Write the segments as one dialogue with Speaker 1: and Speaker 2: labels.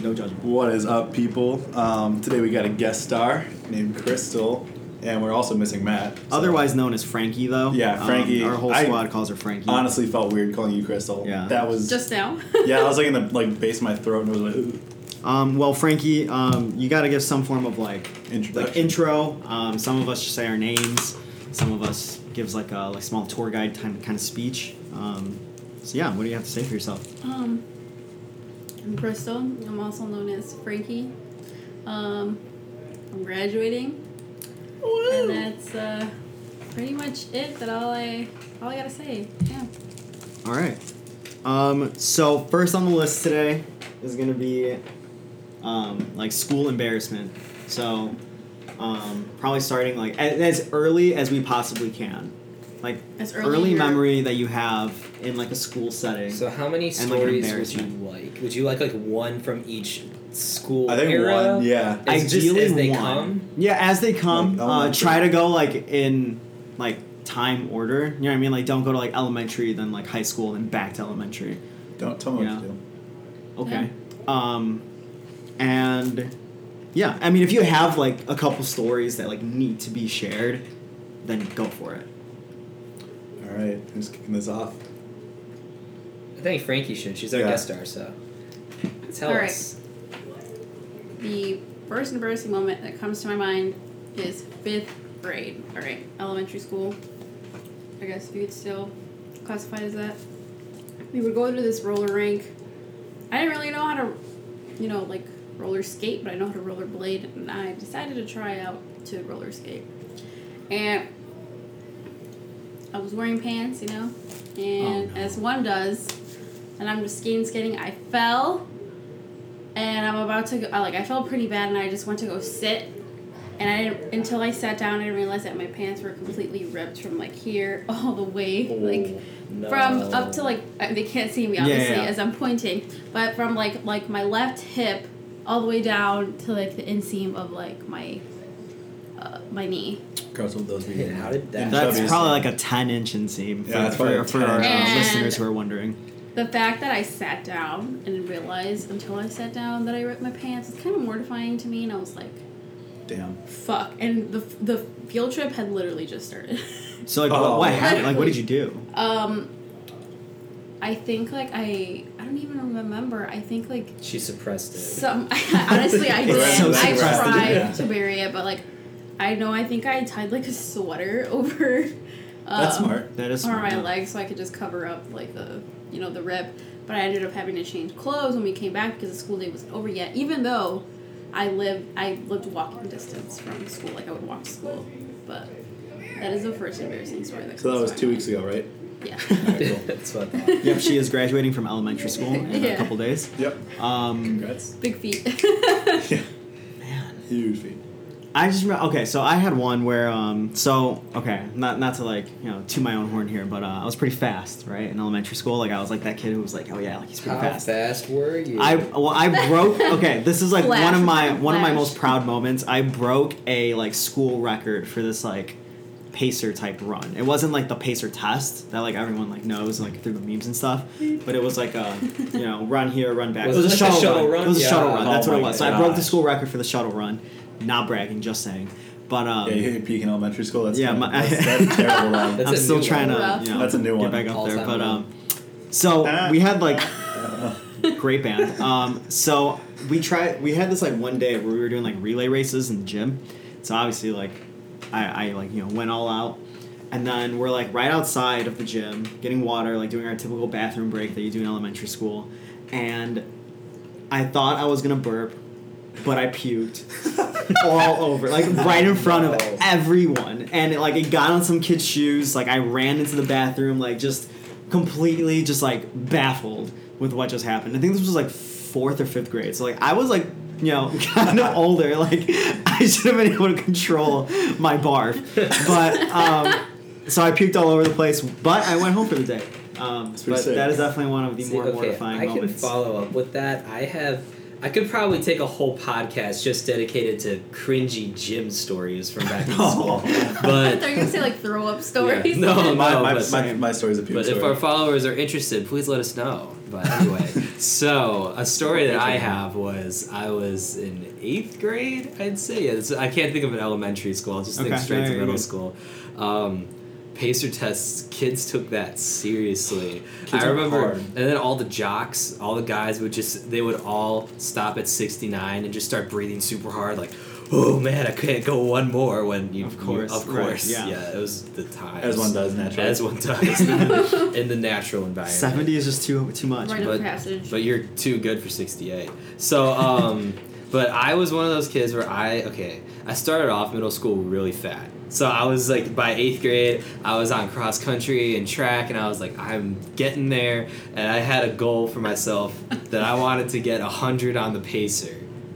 Speaker 1: no judging. What is up, people? Um, today we got a guest star named Crystal, and we're also missing Matt. so-
Speaker 2: Otherwise known as Frankie, though.
Speaker 1: Yeah,
Speaker 2: Um,
Speaker 1: Frankie.
Speaker 2: our whole
Speaker 1: I-
Speaker 2: squad calls her Frankie.
Speaker 1: honestly felt weird calling you Crystal.
Speaker 2: Yeah.
Speaker 1: that was
Speaker 3: Just now.
Speaker 1: yeah. I was like in the like base of my throat, and it was like "Ooh."
Speaker 2: Um, well, Frankie, um, you got to give some form of like
Speaker 1: Introduction.
Speaker 2: like intro. Um, some of us just say our names. Some of us gives like a like small tour guide kind kind of speech. Um, so yeah, what do you have to say for yourself?
Speaker 3: Um, I'm Crystal. I'm also known as Frankie. Um, I'm graduating, and that's uh, pretty much it. That all I all I gotta say. Yeah.
Speaker 2: All right. Um, so first on the list today is gonna be um, like school embarrassment. So um, probably starting like as, as early as we possibly can, like
Speaker 3: As early
Speaker 2: early
Speaker 3: in your-
Speaker 2: memory that you have in like a school setting.
Speaker 4: So how many
Speaker 2: And, like,
Speaker 4: stories would you
Speaker 2: embarrassment.
Speaker 4: like? Would you like like one from each school
Speaker 1: I think
Speaker 4: era?
Speaker 1: one. Yeah,
Speaker 4: As just
Speaker 2: Ideally
Speaker 4: as they
Speaker 2: one.
Speaker 4: come.
Speaker 2: Yeah, as they
Speaker 1: Like
Speaker 2: come, uh,
Speaker 1: elementary.
Speaker 2: try to go like in like time order. You know what I mean? Like don't go to like elementary, then like high school, then back to elementary.
Speaker 1: don't tell me
Speaker 2: Yeah.
Speaker 1: what to do.
Speaker 2: Okay. Um, and yeah, I mean, if you have like a couple stories that like need to be shared, then go for it.
Speaker 1: All right, who's kicking this off?
Speaker 4: I think Frankie should. She's our
Speaker 1: Yeah.
Speaker 4: guest star, so tell
Speaker 3: All
Speaker 4: us.
Speaker 3: The first embarrassing moment that comes to my mind is fifth grade. All right, elementary school. I guess you could still classify it as that. We would go to this roller rink. I didn't really know how to, you know, like roller skate, but I know how to roller blade, and I decided to try out to roller skate. And I was wearing pants, you know, and
Speaker 2: Oh, no.
Speaker 3: as one does, and I'm just skating, skating. I fell, and I'm about to go. I, Like I felt pretty bad, and I just went to go sit, and I didn't until I sat down. I didn't realize that my pants were completely ripped from like here all the way, like
Speaker 4: No.
Speaker 3: from up to like uh, they can't see me obviously
Speaker 2: Oh, yeah.
Speaker 3: as I'm pointing, but from like like my left hip all the way down to like the inseam of like my uh, my knee.
Speaker 1: Crystal, those be
Speaker 4: Hey, how did that-
Speaker 2: That's
Speaker 1: Chubbies.
Speaker 2: probably like a ten inch inseam for,
Speaker 1: Yeah, that's probably
Speaker 2: for,
Speaker 1: a
Speaker 2: for our
Speaker 1: 10.
Speaker 2: uh,
Speaker 3: And-
Speaker 2: listeners who are wondering.
Speaker 3: The fact that I sat down and didn't realize until I sat down that I ripped my pants is kind of mortifying to me, and I was like,
Speaker 1: Damn.
Speaker 3: "Fuck!" And the the field trip had literally just started.
Speaker 2: So like,
Speaker 1: Oh.
Speaker 2: what, what happened? Like, what did you do?
Speaker 3: um, I think like I I don't even remember. I think like
Speaker 4: she suppressed it.
Speaker 3: Some honestly, I
Speaker 2: It's
Speaker 3: did.
Speaker 2: so
Speaker 3: I
Speaker 2: suppressed.
Speaker 3: tried
Speaker 1: Yeah.
Speaker 3: to bury it, but like, I know I think I tied like a sweater over. Um,
Speaker 1: That's smart.
Speaker 2: That is
Speaker 3: Over
Speaker 2: smart.
Speaker 3: my leg, so I could just cover up like the you know the rip. But I ended up having to change clothes when we came back because the school day wasn't over yet. Even though I lived I lived walking distance from school, like I would walk to school. But that is the first embarrassing story that.
Speaker 1: So that
Speaker 3: comes
Speaker 1: was
Speaker 3: to
Speaker 1: two
Speaker 3: my
Speaker 1: weeks ago, right?
Speaker 3: mind.
Speaker 1: All right, cool.
Speaker 4: That's what I thought.
Speaker 2: Yep, she is graduating from elementary school in a
Speaker 3: Yeah.
Speaker 2: couple days.
Speaker 1: yep.
Speaker 2: Um,
Speaker 1: Congrats.
Speaker 3: Yeah, big feet.
Speaker 1: Yeah. Huge feet.
Speaker 2: I just remember, okay, so I had one where um so okay, not not to like, you know, to my own horn here, but uh, I was pretty fast, right? In elementary school, like I was like that kid who was like, "Oh yeah, like he's pretty
Speaker 4: How
Speaker 2: fast."
Speaker 4: fast were you?
Speaker 2: I well, I broke. Okay, this is like
Speaker 3: Flash,
Speaker 2: one of my
Speaker 3: flash.
Speaker 2: one of my most proud moments. I broke a like school record for this like pacer type run. It wasn't like the pacer test that like everyone like knows like through the memes and stuff, but it was like a you know run here, run back.
Speaker 4: Was
Speaker 2: it was
Speaker 4: it
Speaker 2: a
Speaker 4: like
Speaker 2: shuttle,
Speaker 4: a shuttle
Speaker 2: run.
Speaker 4: run?
Speaker 2: It was a
Speaker 4: Yeah.
Speaker 2: shuttle run. That's
Speaker 1: Oh
Speaker 2: what it
Speaker 1: my
Speaker 2: was. So I broke the
Speaker 1: gosh.
Speaker 2: school record for the shuttle run. Not bragging, just saying. But um,
Speaker 1: Yeah, you hit your peak in elementary school. That's
Speaker 2: Yeah,
Speaker 1: kind of-
Speaker 2: my-
Speaker 1: that's, that's terrible. Line.
Speaker 4: That's
Speaker 2: I'm
Speaker 4: a
Speaker 2: still
Speaker 4: new
Speaker 2: trying
Speaker 3: one.
Speaker 2: to you know,
Speaker 1: That's a new
Speaker 2: get
Speaker 1: one.
Speaker 2: back up there.
Speaker 4: All-time
Speaker 2: But
Speaker 4: low.
Speaker 2: um, so
Speaker 1: Ah.
Speaker 2: we had like great band. Um, so we tried. We had this like one day where we were doing like relay races in the gym. So obviously, like I, I like you know went all out, and then we're like right outside of the gym getting water, like doing our typical bathroom break that you do in elementary school, and I thought I was gonna burp, but I puked all over, like right in front
Speaker 4: No.
Speaker 2: of everyone, and it, like it got on some kid's shoes. Like I ran into the bathroom, like just completely, just like baffled with what just happened. I think this was like fourth or fifth grade, so like I was like you know kind of older. Like I should have been able to control my barf, but um, so I puked all over the place. But I went home for the day. Um,
Speaker 1: pretty
Speaker 2: but
Speaker 1: sick.
Speaker 2: that is definitely one of the
Speaker 4: See,
Speaker 2: more
Speaker 4: okay,
Speaker 2: mortifying
Speaker 4: I
Speaker 2: moments.
Speaker 4: can follow up with that. I have. I could probably take a whole podcast just dedicated to cringy gym stories from back in
Speaker 2: Oh.
Speaker 4: school.
Speaker 3: I
Speaker 4: But
Speaker 3: thought you were gonna say like throw up stories.
Speaker 4: No,
Speaker 1: my,
Speaker 4: no,
Speaker 1: my,
Speaker 4: but-
Speaker 1: my, my story's a puke
Speaker 4: But
Speaker 1: story.
Speaker 4: if our followers are interested, please let us know. But anyway, so a story that I have was I was in eighth grade, I'd say. It's, I can't think of an elementary school. I'll just think
Speaker 2: Okay,
Speaker 4: straight
Speaker 2: no,
Speaker 4: to
Speaker 2: you're
Speaker 4: middle
Speaker 2: good.
Speaker 4: school. Um, pacer tests, kids took that seriously.
Speaker 1: Kids
Speaker 4: I
Speaker 1: are
Speaker 4: remember,
Speaker 1: hard.
Speaker 4: and then all the jocks, all the guys would just, they would all stop at 69 and just start breathing super hard, like, oh man, I can't go one more when you,
Speaker 2: Of
Speaker 4: you-
Speaker 2: course,
Speaker 4: of
Speaker 2: right,
Speaker 4: course,
Speaker 2: yeah.
Speaker 4: yeah, it was the time,
Speaker 1: As one does naturally.
Speaker 4: as one does in the natural environment.
Speaker 2: Seventy is just too too much.
Speaker 3: Right
Speaker 2: man.
Speaker 3: of
Speaker 4: but-
Speaker 3: passage.
Speaker 4: But you're too good for 68. So, um, but I was one of those kids where I, okay, I started off middle school really fat. So I was like, by eighth grade, I was on cross country and track, and I was like, I'm getting there. And I had a goal for myself that I wanted to get 100 on the pacer.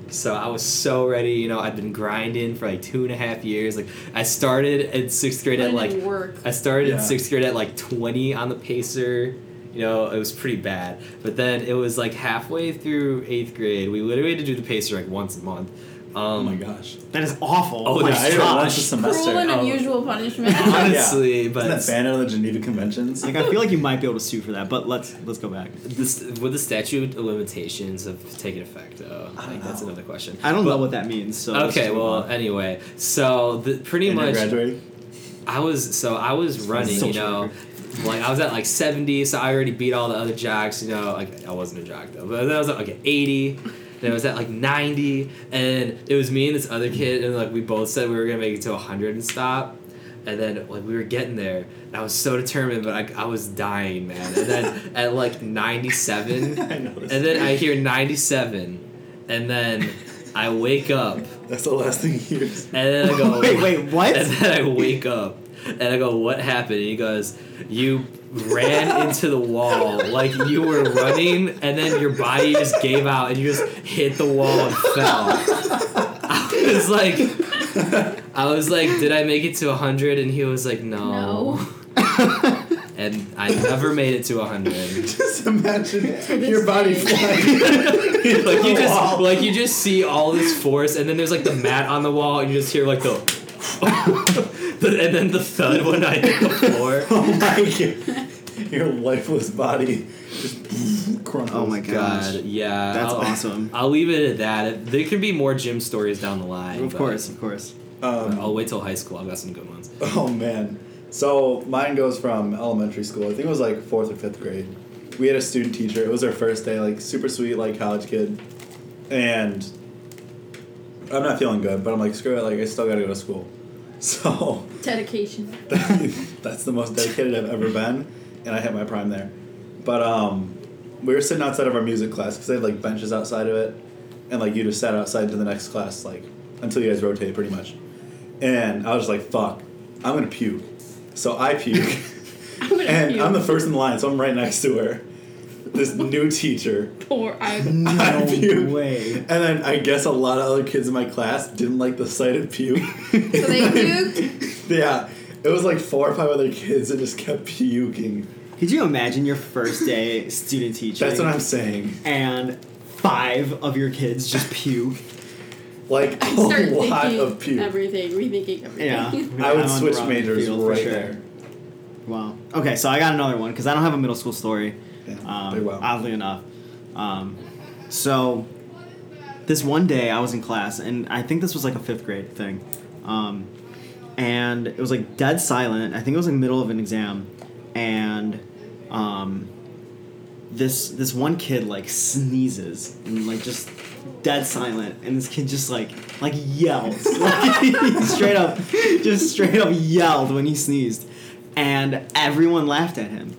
Speaker 4: So I was so ready, you know. I'd been grinding for like two and a half years. Like I started in sixth grade
Speaker 3: Put
Speaker 4: at
Speaker 3: in
Speaker 4: like
Speaker 3: work.
Speaker 4: I started in
Speaker 1: Yeah.
Speaker 4: sixth grade at like 20 on the pacer. You know, it was pretty bad. But then it was like halfway through eighth grade. We literally had to do the pacer like once a month. Um,
Speaker 1: Oh my gosh.
Speaker 2: That is awful.
Speaker 4: Oh,
Speaker 2: my
Speaker 1: yeah, I did it
Speaker 2: gosh.
Speaker 1: once a semester.
Speaker 3: Cruel and
Speaker 4: oh.
Speaker 3: unusual punishment.
Speaker 4: Honestly,
Speaker 1: Yeah.
Speaker 4: but
Speaker 1: Isn't that banned under the Geneva Conventions?
Speaker 2: Like I feel like you might be able to sue for that, but let's let's go back.
Speaker 4: this, would the statute of limitations have taken effect though? Like that's another question.
Speaker 2: I don't
Speaker 4: But-
Speaker 2: know what that means. So let's
Speaker 4: Okay,
Speaker 2: just move
Speaker 4: well,
Speaker 2: on.
Speaker 4: anyway, so the, pretty
Speaker 1: and you're
Speaker 4: much
Speaker 1: graduating?
Speaker 4: I was so I was running, you
Speaker 2: Social
Speaker 4: know,
Speaker 2: worker.
Speaker 4: like I was at like seventy, so I already beat all the other jocks, you know. Like I wasn't a jock though, but then I was at like eighty, then I was at like ninety, and it was me and this other kid, and like we both said we were gonna make it to hundred and stop, and then like we were getting there, and I was so determined, but I, I was dying, man. And then at like ninety seven,
Speaker 1: I know
Speaker 4: and
Speaker 1: this.
Speaker 4: then I hear ninety seven, and then I wake up, and
Speaker 1: That's the last thing he hears.
Speaker 4: then I go
Speaker 2: wait, wait, what?
Speaker 4: and then I wake up and I go, What happened? And he goes, You ran into the wall like you were running and then your body just gave out and you just hit the wall and fell. I was like I was like, Did I make it to hundred? And he was like, No.
Speaker 3: No.
Speaker 4: And I never made it to hundred.
Speaker 1: Just imagine
Speaker 3: this
Speaker 1: your body
Speaker 3: day.
Speaker 1: flying.
Speaker 4: Like you
Speaker 1: Wow.
Speaker 4: just like you just see all this force and then there's like the mat on the wall and you just hear like the and then the thud when I hit the floor.
Speaker 1: Oh my god. Your lifeless body just crumples.
Speaker 2: Oh my gosh.
Speaker 4: God, yeah,
Speaker 2: That's
Speaker 4: I'll-
Speaker 2: awesome.
Speaker 4: I'll leave it at that. It- There could be more gym stories down the line.
Speaker 2: Of
Speaker 4: but-
Speaker 2: course, of course.
Speaker 4: but
Speaker 1: Um,
Speaker 4: I'll wait till high school. I've got some good ones.
Speaker 1: oh man. So mine goes from elementary school. I think it was like fourth or fifth grade. We had a student teacher. It was our first day, like super sweet, like college kid. And I'm not feeling good, but I'm like, screw it, like I still gotta go to school. So
Speaker 3: Dedication.
Speaker 1: that's the most dedicated I've ever been, and I hit my prime there. But um, we were sitting outside of our music class because they had like benches outside of it, and like you just sat outside to the next class like until you guys rotate pretty much. And I was just like, "Fuck, I'm gonna puke." So I puke,
Speaker 3: I'm gonna
Speaker 1: and
Speaker 3: puke.
Speaker 1: I'm the first in line, so I'm right next to her. This new teacher,
Speaker 3: Poor I.
Speaker 1: I puke.
Speaker 2: No way.
Speaker 1: and then I guess a lot of other kids in my class didn't like the sight of puke.
Speaker 3: So they puked.
Speaker 1: Yeah, it was like four or five other kids that just kept puking.
Speaker 2: Could you imagine your first day student teaching?
Speaker 1: That's what I'm saying.
Speaker 2: And five of your kids just puke.
Speaker 1: Like
Speaker 3: I
Speaker 1: a
Speaker 3: start
Speaker 1: lot
Speaker 3: thinking
Speaker 1: of puke.
Speaker 3: everything, rethinking everything.
Speaker 2: Yeah.
Speaker 1: I
Speaker 2: I'm
Speaker 1: would
Speaker 2: on
Speaker 1: switch
Speaker 2: the wrong
Speaker 1: majors
Speaker 2: field for
Speaker 1: right
Speaker 2: sure.
Speaker 1: there.
Speaker 2: Wow. Okay, so I got another one because I don't have a middle school story.
Speaker 1: Yeah, very
Speaker 2: um,
Speaker 1: well.
Speaker 2: oddly enough. Um, so this one day I was in class, and I think this was like a fifth grade thing, um, and it was like dead silent. I think it was in the middle of an exam, and um, this this one kid like sneezes and like just dead silent, and this kid just like like yells like, he straight up, just straight up yelled when he sneezed, and everyone laughed at him.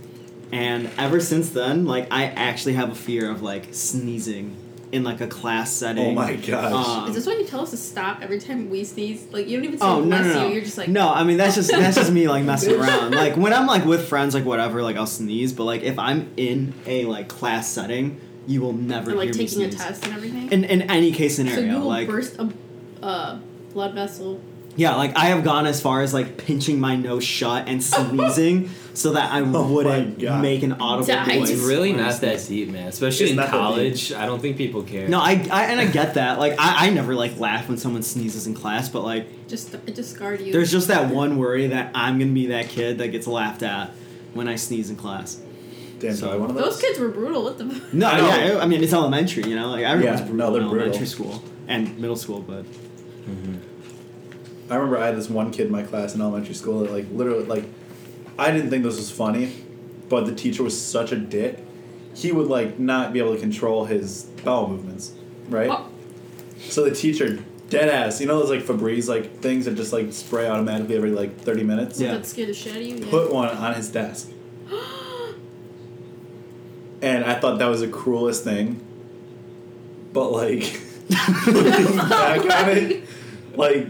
Speaker 2: And ever since then, like I actually have a fear of like sneezing in like a class setting.
Speaker 1: Oh my gosh.
Speaker 2: Um,
Speaker 3: Is this why you tell us to stop every time we sneeze? Like you don't even say
Speaker 2: Oh no,
Speaker 3: bless
Speaker 2: no, no.
Speaker 3: you. You're just like
Speaker 2: no. I mean that's just that's just me like messing around. Like when I'm like with friends, like whatever, like I'll sneeze. But like if I'm in a like class setting, you will never
Speaker 3: And like
Speaker 2: hear me
Speaker 3: taking a
Speaker 2: sneeze.
Speaker 3: test and everything.
Speaker 2: In in any case
Speaker 3: so
Speaker 2: scenario,
Speaker 3: you will
Speaker 2: like
Speaker 3: burst a uh, blood vessel.
Speaker 2: yeah, like I have gone as far as like pinching my nose shut and sneezing so that I
Speaker 1: my
Speaker 2: wouldn't
Speaker 1: God.
Speaker 2: make an audible
Speaker 3: Yeah, I
Speaker 2: voice.
Speaker 3: just-
Speaker 4: It's really
Speaker 2: when I
Speaker 4: not that
Speaker 2: sneeze.
Speaker 4: deep, man. Especially
Speaker 1: It's
Speaker 4: in
Speaker 1: not that deep.
Speaker 4: college, I don't think people care.
Speaker 2: No, I, I and I get that. Like I, I never like laugh when someone sneezes in class, but like
Speaker 3: Just it just scarred you.
Speaker 2: There's just that one worry that I'm gonna be that kid that gets laughed at when I sneeze in class.
Speaker 1: Damn,
Speaker 2: So-
Speaker 1: so I one of those.
Speaker 3: Those kids were brutal. What the? fuck?
Speaker 2: No,
Speaker 1: I know.
Speaker 2: yeah, I I mean it's elementary, you know, like everyone's
Speaker 1: Yeah, no,
Speaker 2: brutal
Speaker 1: they're
Speaker 2: in
Speaker 1: brutal.
Speaker 2: elementary school and middle school, but
Speaker 1: I remember I had this one kid in my class in elementary school that like literally like I didn't think this was funny, but the teacher was such a dick. He would like not be able to control his bowel movements, right?
Speaker 3: Oh,
Speaker 1: So the teacher, dead ass, you know those like Febreze like things that just like spray automatically every like thirty minutes.
Speaker 2: Yeah.
Speaker 3: That scared the shit out of you. Yeah.
Speaker 1: Put one on his desk, and I thought that was the cruelest thing. But like, looking back on it, like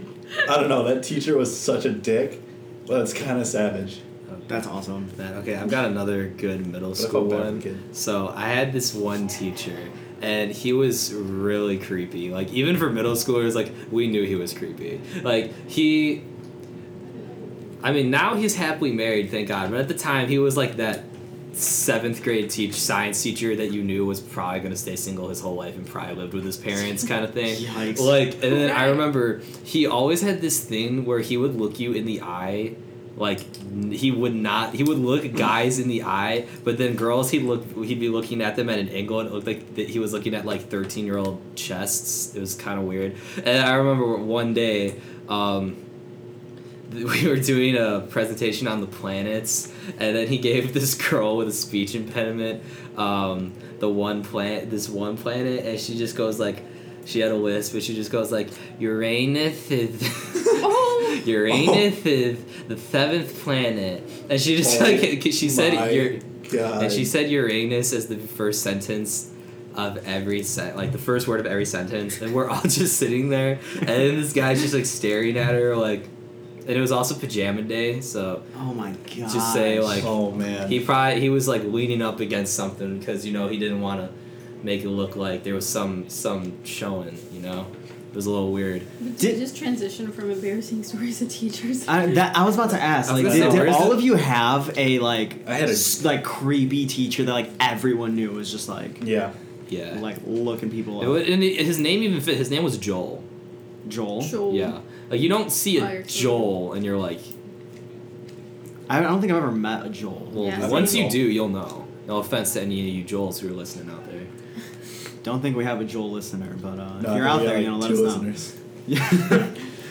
Speaker 1: I don't know, that teacher was such a dick. But it's kind of savage.
Speaker 2: that's awesome.
Speaker 4: That. Okay, I've got another good middle
Speaker 1: I felt
Speaker 4: school
Speaker 1: bad for the
Speaker 4: one.
Speaker 1: kid.
Speaker 4: So I had this one teacher, and he was really creepy. Like even for middle schoolers, like we knew he was creepy. Like he, I mean, now he's happily married, thank God. But at the time, he was like that seventh grade teach science teacher that you knew was probably going to stay single his whole life and probably lived with his parents kind of thing
Speaker 2: Yikes.
Speaker 4: like and then i
Speaker 3: Right.
Speaker 4: remember he always had this thing where he would look you in the eye like n- he would not he would look guys in the eye but then girls he'd look he'd be looking at them at an angle and it looked like that he was looking at like 13 year old chests it was kind of weird and i remember one day um, we were doing a presentation on the planets, and then he gave this girl with a speech impediment um, the one planet, this one planet, and she just goes like, she had a lisp, but she just goes like, Uranus is.
Speaker 3: Oh.
Speaker 4: Uranus is the seventh planet, and she just
Speaker 1: Oh
Speaker 4: like she
Speaker 1: my
Speaker 4: said, "Ur-
Speaker 1: God.
Speaker 4: and she said Uranus as the first sentence of every set, like the first word of every sentence, and we're all just sitting there, and then this guy's just like staring at her, like, and it was also pajama day, so
Speaker 2: Oh my god.
Speaker 4: Just say, like-
Speaker 1: "Oh man,
Speaker 4: he probably he was like leaning up against something because you know he didn't want to make it look like there was some some showing, you know, it was a little weird.
Speaker 3: Did,
Speaker 2: Did-
Speaker 3: you just transition from embarrassing stories to teachers?
Speaker 2: I, that, I was about to ask,
Speaker 4: I was
Speaker 2: like,
Speaker 4: gonna
Speaker 2: did,
Speaker 4: say,
Speaker 2: did
Speaker 4: where is
Speaker 2: all
Speaker 4: it?
Speaker 2: of you have a like,
Speaker 1: I had a-
Speaker 2: s- like creepy teacher that like everyone knew was just like,
Speaker 1: yeah."
Speaker 4: Yeah,
Speaker 2: like looking people
Speaker 4: It
Speaker 2: up?
Speaker 4: wa- and it- his name even fit. His name was Joel.
Speaker 2: Joel.
Speaker 3: Joel.
Speaker 4: Yeah, like you don't see a
Speaker 3: Fire.
Speaker 4: Joel, and you're like,
Speaker 2: I don't think I've ever met a Joel.
Speaker 4: well,
Speaker 3: Yeah.
Speaker 4: once you
Speaker 1: Joel.
Speaker 4: do, you'll know. No offense to any of you Joels who are listening out there.
Speaker 2: Don't think we have a Joel listener, but uh,
Speaker 1: No,
Speaker 2: if you're
Speaker 1: I
Speaker 2: out
Speaker 1: think we
Speaker 2: there,
Speaker 1: had,
Speaker 2: you know,
Speaker 1: like,
Speaker 2: let
Speaker 1: two
Speaker 2: us know.
Speaker 1: listeners.
Speaker 2: Yeah.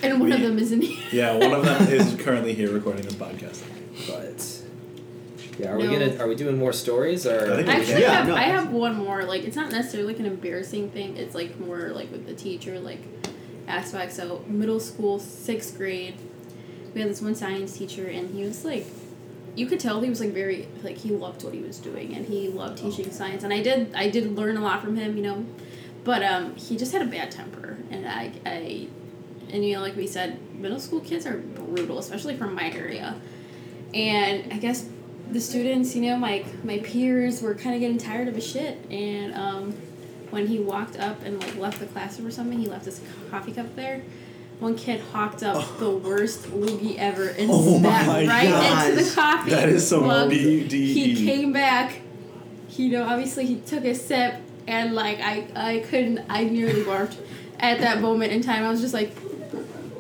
Speaker 3: And one of
Speaker 1: We-
Speaker 3: them is in here.
Speaker 1: Yeah, one of them is currently here recording this podcast.
Speaker 4: But yeah, are we
Speaker 3: No.
Speaker 4: gonna are we doing more stories or?
Speaker 1: I think we
Speaker 3: Actually, I
Speaker 1: Yeah,
Speaker 3: have,
Speaker 2: no,
Speaker 3: I
Speaker 2: that's-
Speaker 3: have one more. Like, it's not necessarily like an embarrassing thing. It's like more like with the teacher, like aspect. So, middle school, sixth grade, we had this one science teacher, and he was like, you could tell he was like very like he loved what he was doing, and he loved
Speaker 1: Oh.
Speaker 3: teaching science. And I did I did learn a lot from him, you know, but um, he just had a bad temper, and I I, and you know, like we said, middle school kids are brutal, especially from my area, and I guess the students, you know, my my peers were kind of getting tired of his shit, and um, when he walked up and like left the classroom or something, he left his coffee cup there. One kid hawked up the worst loogie ever and
Speaker 1: Oh
Speaker 3: smacked
Speaker 1: my
Speaker 3: right
Speaker 2: gosh.
Speaker 3: into the coffee.
Speaker 1: That is some
Speaker 3: mug.
Speaker 1: BDE.
Speaker 3: He came back. He, you know, obviously he took a sip, and like I, I couldn't. I nearly barfed at that moment in time. I was just like,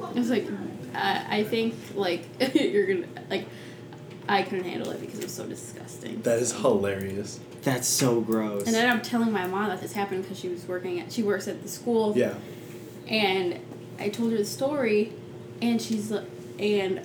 Speaker 3: I was like, uh, I think like you're gonna like, I couldn't handle it because it was so disgusting.
Speaker 1: That is hilarious.
Speaker 2: That's so gross.
Speaker 3: and then I'm telling my mom that this happened because she was working at she works at the school
Speaker 1: Yeah.
Speaker 3: and I told her the story, and she's li- and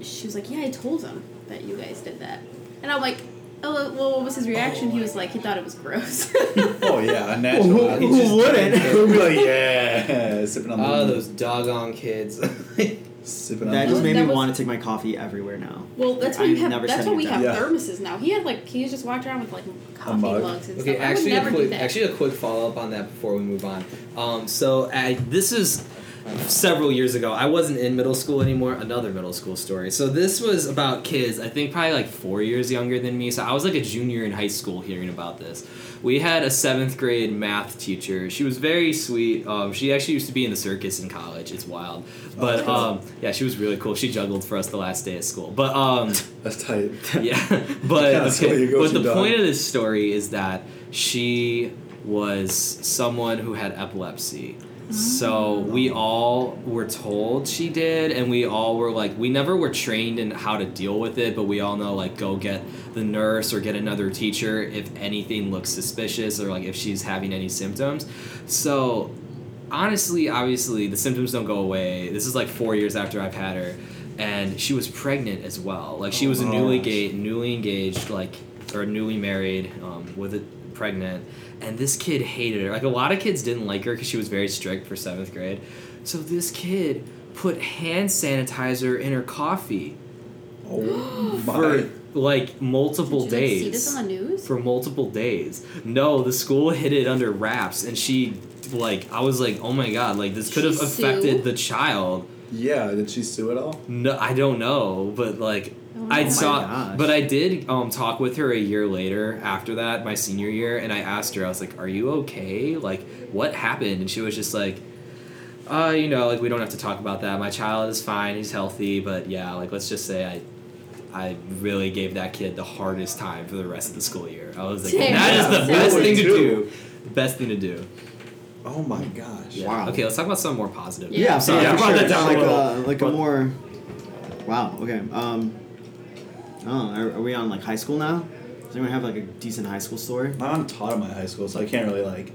Speaker 3: she was like, "Yeah, I told him that you guys did that," and I'm like, "Oh, well, what was his reaction?" he was like, "He thought it was gross."
Speaker 1: Oh yeah, a natural.
Speaker 2: Who-
Speaker 1: He's
Speaker 2: who
Speaker 1: just-
Speaker 2: wouldn't?
Speaker 1: He'll be like, yeah, sipping on the
Speaker 4: Oh,
Speaker 1: moon.
Speaker 4: those doggone kids.
Speaker 1: sipping on
Speaker 2: Ah, that
Speaker 1: the moon.
Speaker 2: just made
Speaker 3: That
Speaker 2: me
Speaker 3: was-
Speaker 2: want to take my coffee everywhere now.
Speaker 3: well, that's why you
Speaker 2: I'm never
Speaker 3: have. That's why
Speaker 2: setting it
Speaker 3: we have
Speaker 2: down.
Speaker 1: Yeah.
Speaker 3: thermoses now. He had like he just walked around with like coffee
Speaker 1: mug.
Speaker 3: mugs and
Speaker 4: okay,
Speaker 3: stuff.
Speaker 4: actually,
Speaker 3: I would
Speaker 4: a
Speaker 3: never
Speaker 4: quick,
Speaker 3: do that.
Speaker 4: actually, a quick follow up on that before we move on. Um, so I, this is several years ago. I wasn't in middle school anymore. Another middle school story. So this was about kids. I think probably like four years younger than me. So I was like a junior in high school hearing about this. We had a seventh grade math teacher. She was very sweet. Um, she actually used to be in the circus in college. It's wild,
Speaker 3: Oh,
Speaker 4: but um, yeah, she was really cool. She juggled for us the last day of school. But um,
Speaker 1: That's tight.
Speaker 4: yeah, but
Speaker 1: Yeah, so
Speaker 4: okay,
Speaker 1: you go
Speaker 4: but
Speaker 1: to
Speaker 4: the
Speaker 1: dog.
Speaker 4: point of this story is that she was someone who had epilepsy, So we all were told she did, and we all were like, we never were trained in how to deal with it, but we all know like go get the nurse or get another teacher if anything looks suspicious or like if she's having any symptoms. So honestly, obviously, the symptoms don't go away. This is like four years after I've had her, and she was pregnant as well. Like she was a
Speaker 1: Oh,
Speaker 4: newly
Speaker 1: gosh.
Speaker 4: ga- newly engaged, like or newly married, um, with a pregnant. And this kid hated her. Like a lot of kids didn't like her because she was very strict for seventh grade. So this kid put hand sanitizer in her coffee
Speaker 1: Oh my.
Speaker 4: for like multiple
Speaker 3: Did you, like,
Speaker 4: days
Speaker 3: see this on the news?
Speaker 4: for multiple days. No, the school hid it under wraps, and she, like, I was like, oh my god, like this could have
Speaker 3: She
Speaker 4: affected
Speaker 3: sued?
Speaker 4: the child.
Speaker 1: Yeah, did she sue at all?
Speaker 4: No, I don't know, but like,
Speaker 3: Oh
Speaker 4: I
Speaker 3: my
Speaker 4: saw,
Speaker 2: gosh.
Speaker 4: but I did um talk with her a year later after that, my senior year, and I asked her, I was like, are you okay? Like, what happened? And she was just like. Uh, you know, like we don't have to talk about that. My child is fine. He's healthy, but yeah, like let's just say I I really gave that kid the hardest time for the rest of the school year. I was like,
Speaker 3: Damn.
Speaker 4: that is the
Speaker 3: Yeah,
Speaker 4: best
Speaker 1: I would
Speaker 4: thing to
Speaker 1: too.
Speaker 4: do. Best thing to do.
Speaker 1: Oh my gosh.
Speaker 2: Wow.
Speaker 4: Okay, let's talk about something more positive.
Speaker 3: Yeah,
Speaker 2: Yeah, so
Speaker 4: sorry,
Speaker 2: you
Speaker 4: I
Speaker 2: brought
Speaker 4: sure.
Speaker 2: that down like
Speaker 1: Well,
Speaker 2: a like a more. Wow. Okay. Um. Oh, are, are we on like high school now? Does anyone have like a decent high school story?
Speaker 1: My mom taught at my high school, so I can't really like.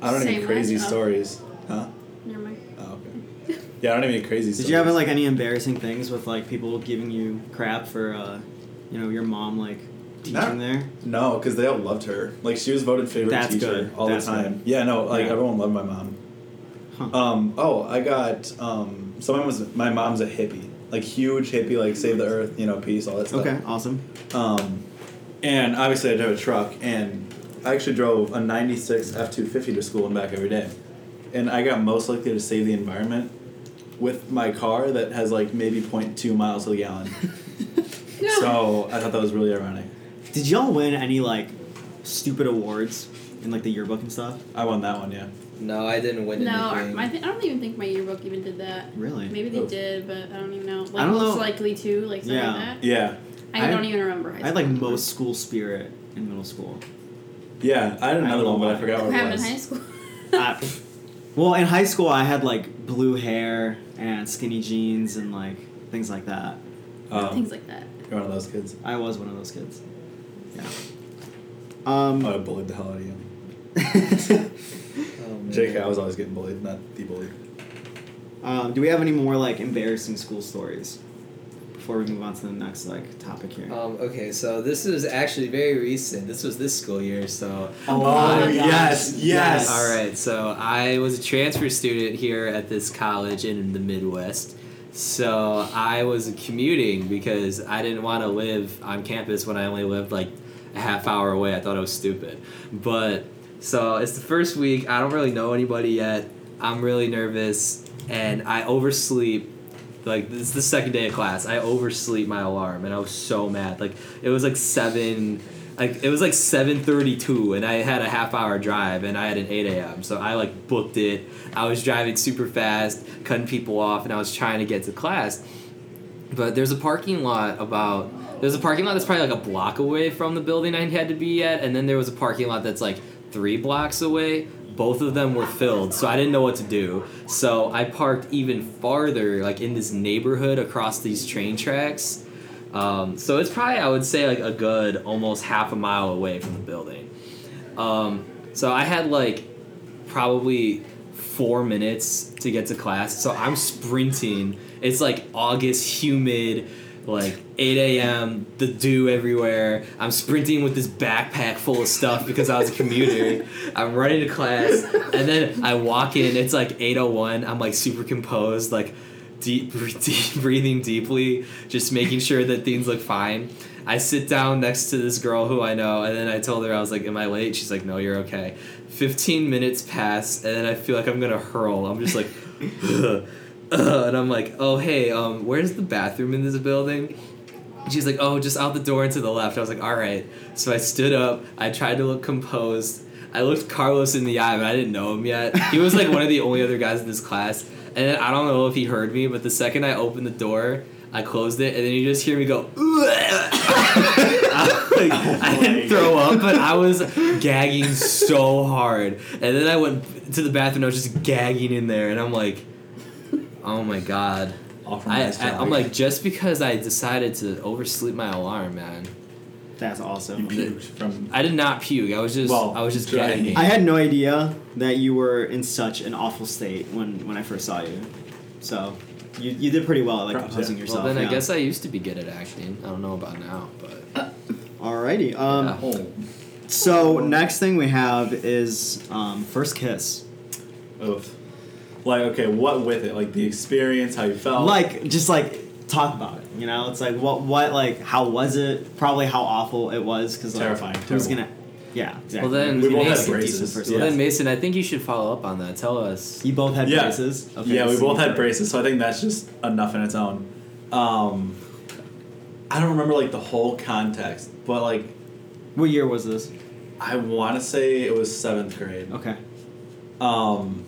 Speaker 1: I don't
Speaker 3: Say
Speaker 1: need crazy
Speaker 3: what? Oh.
Speaker 1: stories. Huh?
Speaker 3: Never mind.
Speaker 1: Oh, okay. Yeah, I don't even need crazy stories.
Speaker 2: Did you have like any embarrassing things with like people giving you crap for, uh, you know, your mom like teaching
Speaker 1: Nah.
Speaker 2: there?
Speaker 1: No, because they all loved her. Like she was voted favorite
Speaker 2: That's
Speaker 1: teacher
Speaker 2: good.
Speaker 1: all
Speaker 2: That's
Speaker 1: the time.
Speaker 2: good.
Speaker 1: Yeah, no, like
Speaker 2: Yeah.
Speaker 1: everyone loved my mom.
Speaker 2: Huh.
Speaker 1: Um, oh, I got um, someone was my mom's a hippie, like huge hippie, like save the earth, you know, peace, all that stuff.
Speaker 2: Okay. Awesome.
Speaker 1: Um, and obviously, I drove a truck, and I actually drove a '96 F two fifty to school and back every day. And I got most likely to save the environment with my car that has like maybe 0.2 miles to the gallon. so I thought that was really ironic.
Speaker 2: Did y'all win any like stupid awards in like the yearbook and stuff?
Speaker 1: I won that one, yeah.
Speaker 4: No, I didn't win
Speaker 3: No, our-
Speaker 4: anything.
Speaker 3: my thi- I don't even think my yearbook even did that.
Speaker 2: Really?
Speaker 3: Maybe they
Speaker 1: Oh.
Speaker 3: did, but I don't even know. Like
Speaker 2: I don't
Speaker 3: most
Speaker 2: know.
Speaker 3: likely to, like something
Speaker 2: Yeah.
Speaker 3: like that.
Speaker 1: Yeah,
Speaker 3: I,
Speaker 2: I-
Speaker 3: don't even remember. High
Speaker 2: I had like
Speaker 3: school.
Speaker 2: most school spirit in middle school.
Speaker 1: yeah. I had
Speaker 2: I
Speaker 1: another
Speaker 2: don't
Speaker 1: one, but
Speaker 2: know.
Speaker 1: I forgot
Speaker 3: What
Speaker 1: what it
Speaker 3: happened in high
Speaker 1: was.
Speaker 3: school?
Speaker 2: I, Uh,
Speaker 1: Uh,
Speaker 2: well, in high school, I had like blue hair and skinny jeans and like things like that.
Speaker 1: Um,
Speaker 3: Things like that.
Speaker 1: you're one of those kids.
Speaker 2: I was one of those kids. Yeah. Um.
Speaker 1: I would have bullied the hell out of you.
Speaker 4: Oh, man.
Speaker 1: JK, I was always getting bullied, not the bully.
Speaker 2: um, do we have any more like embarrassing school stories before we move on to the next like topic here?
Speaker 4: Um, okay, so this is actually very recent. This was this school year, so.
Speaker 3: my
Speaker 1: Oh,
Speaker 3: gosh.
Speaker 1: yes, yes.
Speaker 4: All right, so I was a transfer student here at this college in the Midwest. So I was commuting because I didn't want to live on campus when I only lived like a half hour away. I thought it was stupid. But so it's the first week. I don't really know anybody yet. I'm really nervous and I oversleep. Like this is the second day of class. I oversleep my alarm and I was so mad. Like it was like seven like it was like 7:32 and I had a half hour drive and I had an 8 a.m. so I like booked it. I was driving super fast, cutting people off and I was trying to get to class. But there's a parking lot about there's a parking lot that's probably like a block away from the building I had to be at and then there was a parking lot that's like 3 blocks away. Both of them were filled, so I didn't know what to do. So I parked even farther like in this neighborhood across these train tracks. Um, so it's probably, I would say, like a good almost half a mile away from the building. Um, so I had like probably four minutes to get to class. So I'm sprinting. It's like August, humid, like 8 a.m., the dew everywhere. I'm sprinting with this backpack full of stuff because I was a commuter. I'm running to class. And then I walk in. It's like 8.01. I'm like super composed, like deep, deep breathing deeply, just making sure that things look fine. I sit down next to this girl who I know, and then I told her I was like, "Am I late?" She's like, "No, you're okay." Fifteen minutes pass, and then I feel like I'm gonna hurl. I'm just like, "Ugh, ugh," and I'm like, "Oh hey, um, where's the bathroom in this building?" She's like, "Oh, just out the door and to the left." I was like, "All right." So I stood up. I tried to look composed. I looked Carlos in the eye, but I didn't know him yet. He was like one of the only other guys in this class. And I don't know if he heard me, but the second I opened the door, I closed it, and then you just hear me go. I, like, I didn't throw up, but I was gagging so hard. And then I went to the bathroom. I was just gagging in there, and I'm like, oh my god.
Speaker 1: Offer
Speaker 4: I,
Speaker 1: nice
Speaker 4: I,
Speaker 1: job.
Speaker 4: I'm like, just because I decided to oversleep my alarm, man.
Speaker 2: That's
Speaker 1: you
Speaker 2: awesome.
Speaker 1: puked from.
Speaker 4: I did not puke. I was just,
Speaker 1: Well,
Speaker 4: I was just
Speaker 1: dry
Speaker 4: gagging.
Speaker 1: heat.
Speaker 2: I had no idea that you were in such an awful state when, when I first saw you. So you, you did pretty well at like
Speaker 1: Props,
Speaker 2: composing
Speaker 1: yeah.
Speaker 4: well,
Speaker 2: yourself.
Speaker 4: then I
Speaker 2: yeah.
Speaker 4: guess I used to be good at acting. I don't know about now, but
Speaker 2: Alrighty. Um,
Speaker 4: Yeah.
Speaker 1: Oh,
Speaker 2: So next thing we have is um, first kiss.
Speaker 1: oath. Like okay, what with it? Like the experience, how you felt.
Speaker 2: Like just like talk about it. You know, it's like what what like how was it? Probably how awful it was because like,
Speaker 1: Terrifying,
Speaker 2: Who's
Speaker 1: terrible.
Speaker 2: gonna? Yeah. Exactly.
Speaker 4: Well, then-
Speaker 2: Who's
Speaker 1: we both
Speaker 2: gonna
Speaker 1: had
Speaker 2: make a decent
Speaker 1: braces.
Speaker 2: first
Speaker 1: Yeah.
Speaker 4: well,
Speaker 2: kiss?
Speaker 4: then Mason, I think you should follow up on that. Tell us.
Speaker 2: You both had
Speaker 1: Yeah.
Speaker 2: braces. Okay,
Speaker 1: yeah, we
Speaker 2: so
Speaker 1: both
Speaker 2: you
Speaker 1: had
Speaker 2: did.
Speaker 1: braces, so I think that's just enough in its own. Um, I don't remember like the whole context, but like
Speaker 2: What year was this?
Speaker 1: I want to say it was seventh grade.
Speaker 2: Okay.
Speaker 1: Um,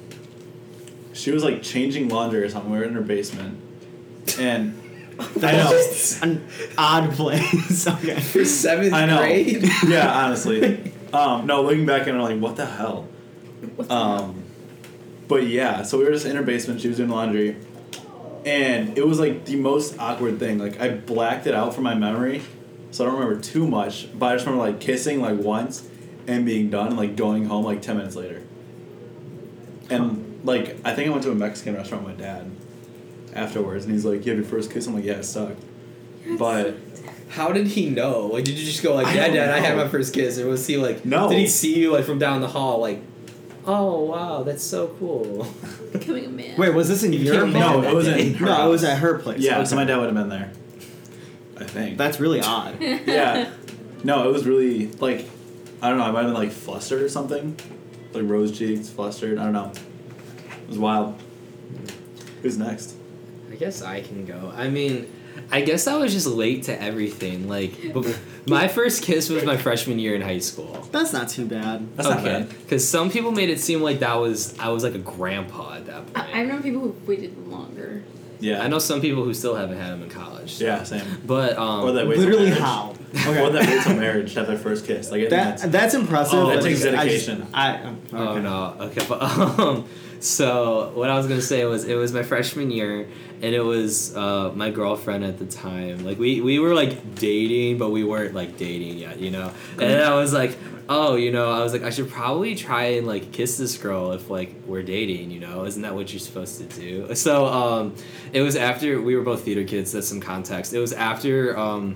Speaker 1: she was like changing laundry or something. We were in her basement, and I know,
Speaker 2: That's an odd place. okay.
Speaker 4: For seventh
Speaker 1: I know. yeah, honestly. Um, no, looking back and I'm like, what the hell? Um, but yeah, so we were just in her basement. She was doing laundry, and it was like the most awkward thing. Like I blacked it out from my memory, so I don't remember too much. But I just remember like kissing like once, and being done, and like going home like ten minutes later. And like I think I went to a Mexican restaurant with my dad afterwards, and he's like, "You have your first kiss." I'm like, "Yeah, it sucked," but
Speaker 4: How did he know? Like, did you just go like,
Speaker 1: I
Speaker 4: "Yeah,
Speaker 1: don't
Speaker 4: Dad, I had
Speaker 1: know.
Speaker 4: my first kiss," or was he like,
Speaker 1: No.
Speaker 4: Did he see you like from down the hall, like, "Oh wow, that's so cool"?
Speaker 3: Becoming a man.
Speaker 2: Wait, was this in
Speaker 4: You
Speaker 2: your?
Speaker 4: can't
Speaker 2: apartment?
Speaker 1: No, it was
Speaker 4: day.
Speaker 1: in her
Speaker 2: No, it was
Speaker 1: house.
Speaker 2: at her place.
Speaker 1: Yeah,
Speaker 2: Okay.
Speaker 1: so my dad would have been there. I think.
Speaker 2: That's really odd.
Speaker 1: yeah. No, it was really like I don't know, I might have been like flustered or something. Like rose cheeks, flustered, I don't know. It was wild. Who's next?
Speaker 4: I guess I can go. I mean, I guess I was just late to everything. Like, b- my first kiss was my freshman year in high school.
Speaker 2: That's not too bad.
Speaker 1: That's not
Speaker 4: okay,
Speaker 1: bad.
Speaker 4: because some people made it seem like that was I was like a grandpa at that point.
Speaker 3: I, I know people who waited longer.
Speaker 1: Yeah.
Speaker 4: I know some people who still haven't had them in college.
Speaker 1: Yeah, same.
Speaker 4: But um,
Speaker 1: Or that wait till
Speaker 2: Literally
Speaker 1: marriage.
Speaker 2: how?
Speaker 1: Or that wait till marriage to have their first kiss. Like I think
Speaker 2: That
Speaker 1: that's
Speaker 2: that's impressive.
Speaker 1: Oh, that
Speaker 2: but
Speaker 1: takes
Speaker 2: I just-
Speaker 1: dedication.
Speaker 2: I, um, okay.
Speaker 4: Oh no. Okay. But, um, so what I was gonna say was it was my freshman year, and it was uh, my girlfriend at the time. Like we we were like dating, but we weren't like dating yet, you know. And I was like, oh, you know, I was like, I should probably try and like kiss this girl if like we're dating, you know. Isn't that what you're supposed to do? So um, it was after we were both theater kids. That's some context. It was after um,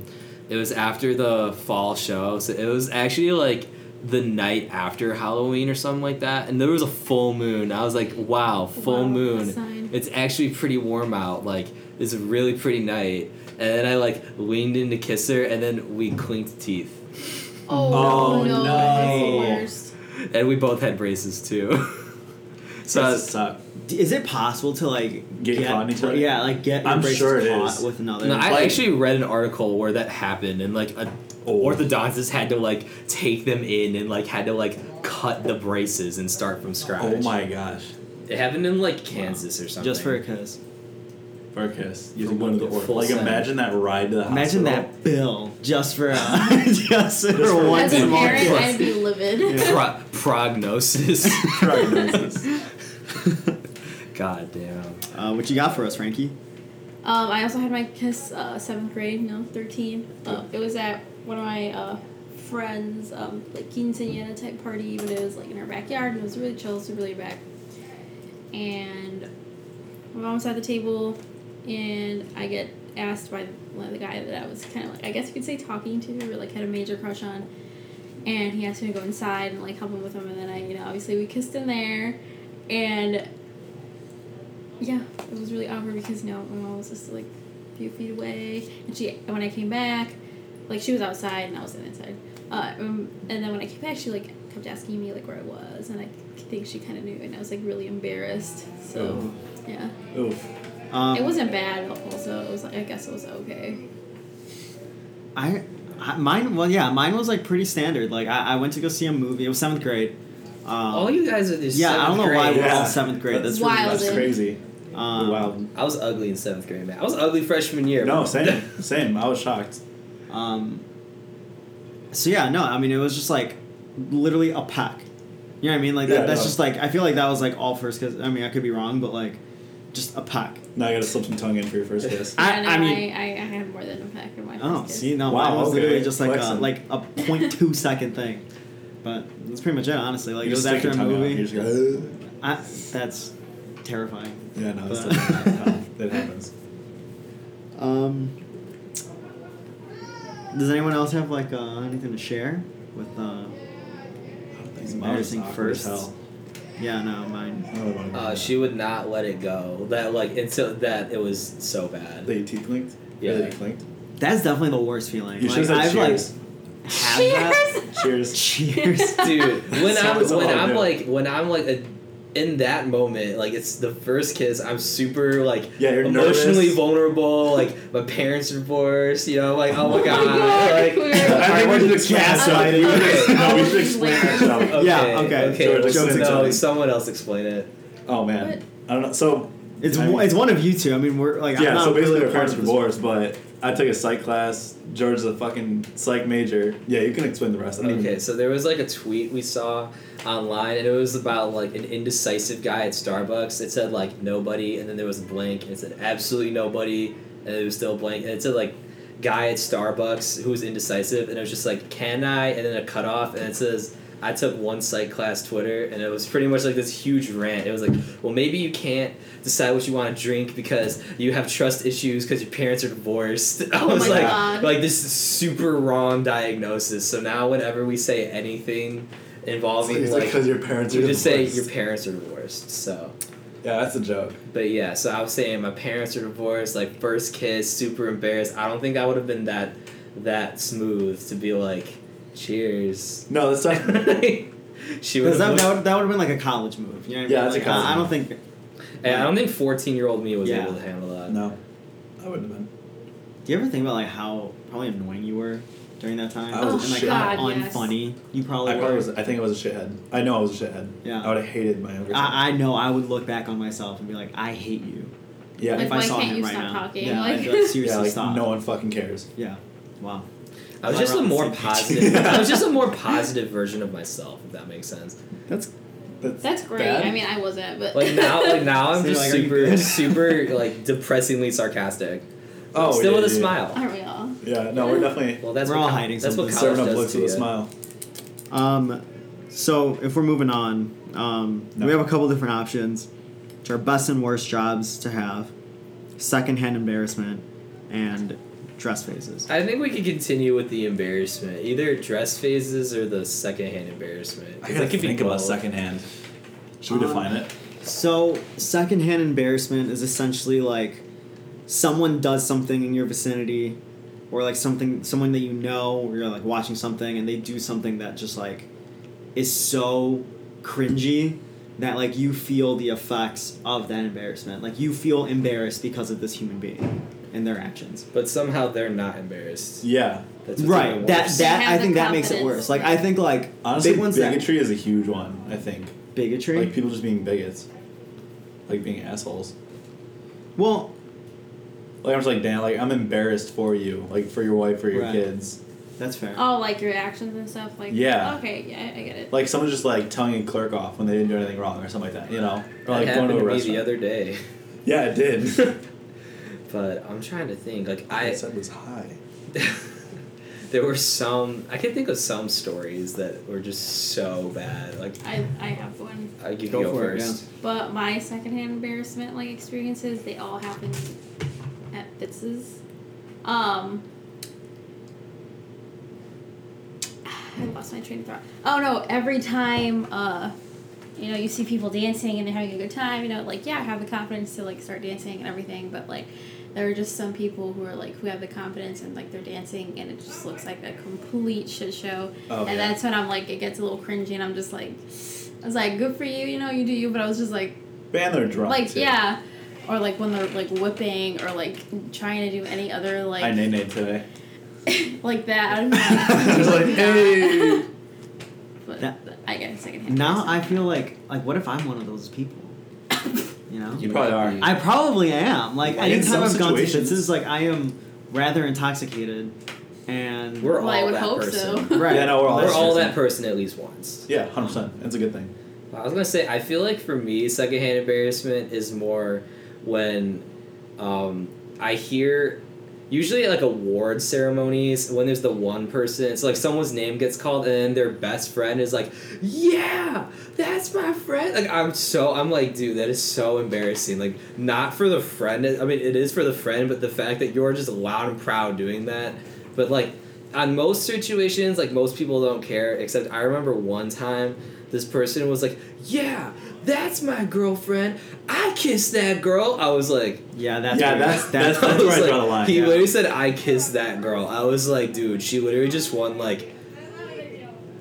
Speaker 4: it was after the fall show, so it was actually like the night after Halloween or something like that, and there was a full moon. I was like, wow, full
Speaker 3: Wow, a
Speaker 4: moon.
Speaker 3: sign.
Speaker 4: It's actually pretty warm out. Like, it's a really pretty night. And then I like leaned in to kiss her, and then we clinked teeth.
Speaker 1: Oh,
Speaker 3: Oh,
Speaker 1: no.
Speaker 3: no, that's the worst.
Speaker 4: And we both had braces too. so, I
Speaker 1: that's
Speaker 4: was-
Speaker 1: suck.
Speaker 2: D- Is it possible to like
Speaker 1: Get caught in each other?
Speaker 2: Yeah, like get your
Speaker 1: I'm
Speaker 2: braces
Speaker 1: sure it
Speaker 2: caught
Speaker 1: is.
Speaker 2: with another.
Speaker 4: no, I
Speaker 1: Like-
Speaker 4: actually read an article where that happened, and like a
Speaker 1: Oh.
Speaker 4: orthodontist had to like take them in and like had to like cut the braces and start from scratch.
Speaker 1: Oh my gosh.
Speaker 4: It happened in like Kansas or something.
Speaker 2: just for a kiss.
Speaker 1: For a kiss.
Speaker 4: For
Speaker 1: Using one of the
Speaker 4: one
Speaker 1: organs.
Speaker 4: full
Speaker 1: Like
Speaker 4: send.
Speaker 1: imagine that ride to the
Speaker 2: Imagine
Speaker 1: hospital.
Speaker 2: that bill just for uh, just for
Speaker 1: for
Speaker 2: one
Speaker 1: one
Speaker 3: As a
Speaker 1: Fucking
Speaker 2: small
Speaker 3: parent,
Speaker 2: kiss.
Speaker 3: I'd be livid.
Speaker 4: Pro- prognosis.
Speaker 1: Prognosis.
Speaker 4: God damn.
Speaker 2: Uh, what you got for us, Frankie?
Speaker 3: Um, I also had my kiss uh, seventh grade, no, thirteen. Uh, it was at one of my uh, friends, um, like quinceanera type party, but it was like in her backyard, and it was really chill, super laid back. And my mom was at the table, and I get asked by one of the guy that I was kind of like, I guess you could say talking to, or like had a major crush on. And he asked me to go inside and like help him with him, and then I, you know, obviously we kissed in there, and yeah, it was really awkward because you know my mom was just like a few feet away, and she when I came back, like she was outside and I was inside. Uh, um, and then when I came back, she like kept asking me like where I was, and I think she kind of knew, and I was like really embarrassed. So yeah,
Speaker 1: Oof.
Speaker 2: Um,
Speaker 3: it wasn't bad. Also, it was like I guess it was okay.
Speaker 2: I, I mine. Well, yeah, mine was like pretty standard. Like I, I went to go see a movie. It was seventh grade. Um,
Speaker 4: All Oh, you guys are just.
Speaker 2: yeah, I don't know why
Speaker 1: grade.
Speaker 2: we're all
Speaker 1: Yeah.
Speaker 2: seventh grade. That's,
Speaker 3: Wild.
Speaker 2: really
Speaker 1: That's
Speaker 3: Wilding.
Speaker 1: crazy.
Speaker 2: Um,
Speaker 1: Wild.
Speaker 4: I was ugly in seventh grade, man. I was ugly freshman year.
Speaker 1: No, same. Same. I was shocked.
Speaker 2: Um, so yeah, no, I mean it was just like literally a pack, You know what I mean? Like
Speaker 1: Yeah,
Speaker 2: that, that's
Speaker 1: no.
Speaker 2: just like I feel like that was like all first kiss. I mean, I could be wrong, but like just a pack.
Speaker 1: Now I gotta slip some tongue in for your first kiss.
Speaker 2: I-
Speaker 3: Yeah, no,
Speaker 2: I mean-
Speaker 3: I, I, I had more than a pack of my
Speaker 2: Oh,
Speaker 3: first kiss.
Speaker 2: see, no,
Speaker 1: Wow,
Speaker 2: mine was
Speaker 1: okay.
Speaker 2: literally just like a,
Speaker 1: Flexing.
Speaker 2: like a 0.2 second thing. But that's pretty much it, honestly. Like
Speaker 1: you
Speaker 2: it was
Speaker 1: just stick
Speaker 2: after
Speaker 1: your
Speaker 2: a
Speaker 1: tongue out. You
Speaker 2: movie.
Speaker 1: just go.
Speaker 2: I, that's terrifying.
Speaker 1: Yeah, no, it's
Speaker 2: But-
Speaker 1: different. that happens.
Speaker 2: Um, does anyone else have like uh, anything to share with? Uh,
Speaker 1: These
Speaker 2: Embarrassing
Speaker 1: first.
Speaker 2: firsts.
Speaker 1: Hell.
Speaker 2: yeah, no, mine.
Speaker 1: I don't wanna go
Speaker 4: Uh,
Speaker 1: there.
Speaker 4: she would not let it go. That like until that it was so bad.
Speaker 1: They teeth clinked.
Speaker 4: Yeah.
Speaker 1: they clinked.
Speaker 2: That's definitely the worst feeling.
Speaker 1: You
Speaker 2: like,
Speaker 1: should have
Speaker 2: I've
Speaker 1: said cheers.
Speaker 2: like had that.
Speaker 1: Cheers.
Speaker 2: Cheers.
Speaker 4: Dude, when
Speaker 1: So-
Speaker 4: I'm
Speaker 1: so
Speaker 4: when
Speaker 1: hard to
Speaker 4: I'm
Speaker 1: do.
Speaker 4: like when I'm like a, in that moment, like it's the first kiss. I'm super like
Speaker 1: Yeah, you're
Speaker 4: emotionally
Speaker 1: nervous.
Speaker 4: vulnerable. Like my parents divorced. You know, like oh my
Speaker 3: my
Speaker 4: god.
Speaker 3: God,
Speaker 4: like,
Speaker 3: we're-
Speaker 1: I think we should explain that.
Speaker 2: gaslight.
Speaker 1: shall we?
Speaker 4: Okay.
Speaker 1: No, we should explain that. shall we?
Speaker 4: okay,
Speaker 2: Yeah, okay.
Speaker 4: Okay.
Speaker 1: George,
Speaker 4: well,
Speaker 1: explain
Speaker 4: no,
Speaker 1: something.
Speaker 4: someone else explain it.
Speaker 1: Oh man,
Speaker 3: What?
Speaker 1: I don't know. So
Speaker 2: It's
Speaker 1: I
Speaker 2: one,
Speaker 1: mean-
Speaker 2: it's one of you two. I mean, we're like I'm
Speaker 1: yeah,
Speaker 2: not
Speaker 1: so basically
Speaker 2: really
Speaker 1: our
Speaker 2: a part
Speaker 1: parents
Speaker 2: of
Speaker 1: were
Speaker 2: this.
Speaker 1: divorced, but I took a psych class. George is a fucking psych major. Yeah, you can explain the rest. I don't even-
Speaker 4: Okay, so there was like a tweet we saw online, and it was about like an indecisive guy at Starbucks. It said like nobody, and then there was a blank, and it said absolutely nobody, and it was still blank, and it said like guy at Starbucks who was indecisive, and it was just like can I, and then a cutoff, and it says. I took one psych class Twitter, and it was pretty much like this huge rant. It was like, well, maybe you can't decide what you want to drink because you have trust issues because your parents are divorced. I
Speaker 3: Oh
Speaker 4: was
Speaker 3: my
Speaker 4: like,
Speaker 3: God.
Speaker 4: like this is super wrong diagnosis. So now whenever we say anything
Speaker 1: It's
Speaker 4: involving
Speaker 1: like
Speaker 4: like,
Speaker 1: because your parents
Speaker 4: we
Speaker 1: are
Speaker 4: just say
Speaker 1: divorced.
Speaker 4: your parents are divorced. So,
Speaker 1: yeah, that's a joke.
Speaker 4: but yeah, so I was saying my parents are divorced. Like first kiss, super embarrassed. I don't think I would have been that that smooth to be like, cheers.
Speaker 1: No, that's not.
Speaker 4: she would.
Speaker 2: Because that,
Speaker 4: have
Speaker 2: that would that would have been like a college move. You know what I mean?
Speaker 1: Yeah, that's a
Speaker 2: Like, I-
Speaker 1: college
Speaker 2: I, don't
Speaker 1: move.
Speaker 2: think.
Speaker 4: And I don't think fourteen year old me was
Speaker 2: Yeah.
Speaker 4: able to handle that.
Speaker 1: no, I wouldn't have been.
Speaker 2: Do you ever think about like how probably annoying you were during that time?
Speaker 1: I was a
Speaker 2: and like
Speaker 1: shit.
Speaker 2: how
Speaker 3: God, yes.
Speaker 2: unfunny you probably
Speaker 1: I
Speaker 2: were.
Speaker 1: probably was. I think I was a shithead. I know I was a shithead.
Speaker 2: Yeah.
Speaker 1: I would have hated my younger self.
Speaker 2: I, I know I would look back on myself and be like, I hate you.
Speaker 1: yeah,
Speaker 3: Like,
Speaker 2: if I
Speaker 3: why
Speaker 2: saw
Speaker 3: can't
Speaker 2: him
Speaker 3: you
Speaker 2: right
Speaker 3: stop
Speaker 2: now.
Speaker 3: talking?
Speaker 2: Yeah,
Speaker 3: Like-
Speaker 2: I'd be like, seriously
Speaker 1: yeah, like
Speaker 2: stop.
Speaker 1: no one fucking cares.
Speaker 2: Yeah. Wow.
Speaker 4: I
Speaker 2: Am
Speaker 4: was
Speaker 2: I
Speaker 4: just a
Speaker 2: wrong?
Speaker 4: more
Speaker 2: Same page.
Speaker 4: positive. I was just a more positive version of myself, if that makes sense.
Speaker 2: That's
Speaker 1: That's,
Speaker 3: That's great.
Speaker 1: Bad.
Speaker 3: I mean, I wasn't, but
Speaker 4: Like now, like now, I'm
Speaker 2: So,
Speaker 4: just
Speaker 2: like, are you
Speaker 4: super,
Speaker 2: good?
Speaker 4: super like depressingly sarcastic.
Speaker 1: oh,
Speaker 4: still
Speaker 1: yeah,
Speaker 4: with a
Speaker 1: yeah, yeah.
Speaker 4: smile.
Speaker 3: aren't we all?
Speaker 1: Yeah, no, we're definitely
Speaker 4: Well, that's
Speaker 2: We're
Speaker 4: what
Speaker 2: all
Speaker 4: co-
Speaker 2: hiding
Speaker 4: That's what
Speaker 2: something.
Speaker 4: college
Speaker 1: serving up
Speaker 4: does
Speaker 1: looks
Speaker 4: to
Speaker 1: with a
Speaker 4: you.
Speaker 1: smile.
Speaker 2: um so if we're moving on, um
Speaker 1: No.
Speaker 2: we have a couple different options, which are best and worst jobs to have, secondhand embarrassment, and dress faces.
Speaker 4: I think we could continue with the embarrassment, either dress phases or the secondhand embarrassment. 'Cause
Speaker 1: I gotta
Speaker 4: it could
Speaker 1: think
Speaker 4: be
Speaker 1: about
Speaker 4: both.
Speaker 1: secondhand. Should we
Speaker 2: Um,
Speaker 1: define it?
Speaker 2: So, secondhand embarrassment is essentially like someone does something in your vicinity, or like something, someone that you know, or you're like watching something and they do something that just like is so cringy that like you feel the effects of that embarrassment. Like, you feel embarrassed because of this human being and their actions.
Speaker 4: But somehow they're not embarrassed.
Speaker 1: Yeah,
Speaker 4: That's what's
Speaker 2: Right.
Speaker 4: even
Speaker 2: That
Speaker 4: worse.
Speaker 2: that
Speaker 3: They
Speaker 2: I
Speaker 3: have
Speaker 2: think
Speaker 3: the
Speaker 2: that makes it
Speaker 3: confidence.
Speaker 2: worse. Like I think like
Speaker 1: honestly,
Speaker 2: big ones
Speaker 1: bigotry is a huge one. I think
Speaker 2: that bigotry.
Speaker 1: like people just being bigots, like being assholes.
Speaker 2: well,
Speaker 1: Like I'm just like damn, like I'm embarrassed for you, like for your wife, for your
Speaker 2: Right.
Speaker 1: kids.
Speaker 2: that's fair.
Speaker 3: Oh, like your actions and stuff. Like
Speaker 1: Yeah.
Speaker 3: okay, yeah, I get it.
Speaker 1: Like someone just like tongue and clerk off when they didn't do anything wrong or something like that, you know? Or
Speaker 4: That
Speaker 1: like going
Speaker 4: happened
Speaker 1: to a
Speaker 4: to me
Speaker 1: restaurant.
Speaker 4: the other day.
Speaker 1: yeah, it did.
Speaker 4: But I'm trying to think. Like I,
Speaker 1: I said was high.
Speaker 4: there were some. I can think of some stories that were just so bad. Like
Speaker 3: I I have one,
Speaker 4: I you
Speaker 2: Go
Speaker 4: can go
Speaker 2: for it,
Speaker 4: first.
Speaker 3: but my secondhand embarrassment like experiences they all happened at Fitz's. Um. I lost my train of thought. Oh no! Every time, uh, you know, you see people dancing and they're having a good time. You know, like yeah, I have the confidence to like start dancing and everything, but like there are just some people who are like who have the confidence and like they're dancing and it just looks like a complete shit show.
Speaker 1: Oh,
Speaker 3: and
Speaker 1: yeah.
Speaker 3: that's when I'm like it gets a little cringy and I'm just like I was like, good for you, you know, you do you, but I was just like
Speaker 1: Man, they're drunk.
Speaker 3: like
Speaker 1: too.
Speaker 3: yeah. Or like when they're like whipping or like trying to do any other like
Speaker 1: I nay today.
Speaker 3: like that. I don't know.
Speaker 1: Just like, hey.
Speaker 3: but
Speaker 2: That-
Speaker 3: I get secondhand.
Speaker 2: Now
Speaker 3: embarrassment.
Speaker 2: I feel like like what if I'm one of those people? You know?
Speaker 1: You probably
Speaker 4: might
Speaker 1: are.
Speaker 4: be-
Speaker 2: I probably am. Like
Speaker 1: In
Speaker 2: anytime
Speaker 1: some
Speaker 2: I've gone to
Speaker 1: situations.
Speaker 2: Fitz's, like I am rather intoxicated and
Speaker 4: We're
Speaker 3: Well, I
Speaker 4: all
Speaker 3: would
Speaker 4: that
Speaker 3: hope
Speaker 4: person.
Speaker 3: so.
Speaker 2: right.
Speaker 1: Yeah, no, we're all
Speaker 4: We're
Speaker 1: that
Speaker 4: all
Speaker 1: person.
Speaker 4: that person at least once.
Speaker 1: Yeah, hundred percent. That's a good thing.
Speaker 4: I was gonna say, I feel like for me, secondhand embarrassment is more when um, I hear usually at like award ceremonies when there's the one person. It's like someone's name gets called and then their best friend is like, "Yeah, that's my friend." Like I'm so I'm like, dude, that is so embarrassing. Like not for the friend. I mean, it is for the friend, but the fact that you're just loud and proud doing that, but like on most situations, like most people don't care. Except I remember one time, this person was like, "Yeah, that's my girlfriend. I kissed that girl." I was like,
Speaker 2: Yeah, that's
Speaker 1: Yeah,
Speaker 2: where-
Speaker 1: that's- that's-
Speaker 4: I
Speaker 1: that's
Speaker 4: was
Speaker 1: where I
Speaker 4: like-
Speaker 1: draw the line,
Speaker 4: He
Speaker 1: yeah.
Speaker 4: literally said, "I kissed that girl." I was like, "Dude, she literally just won like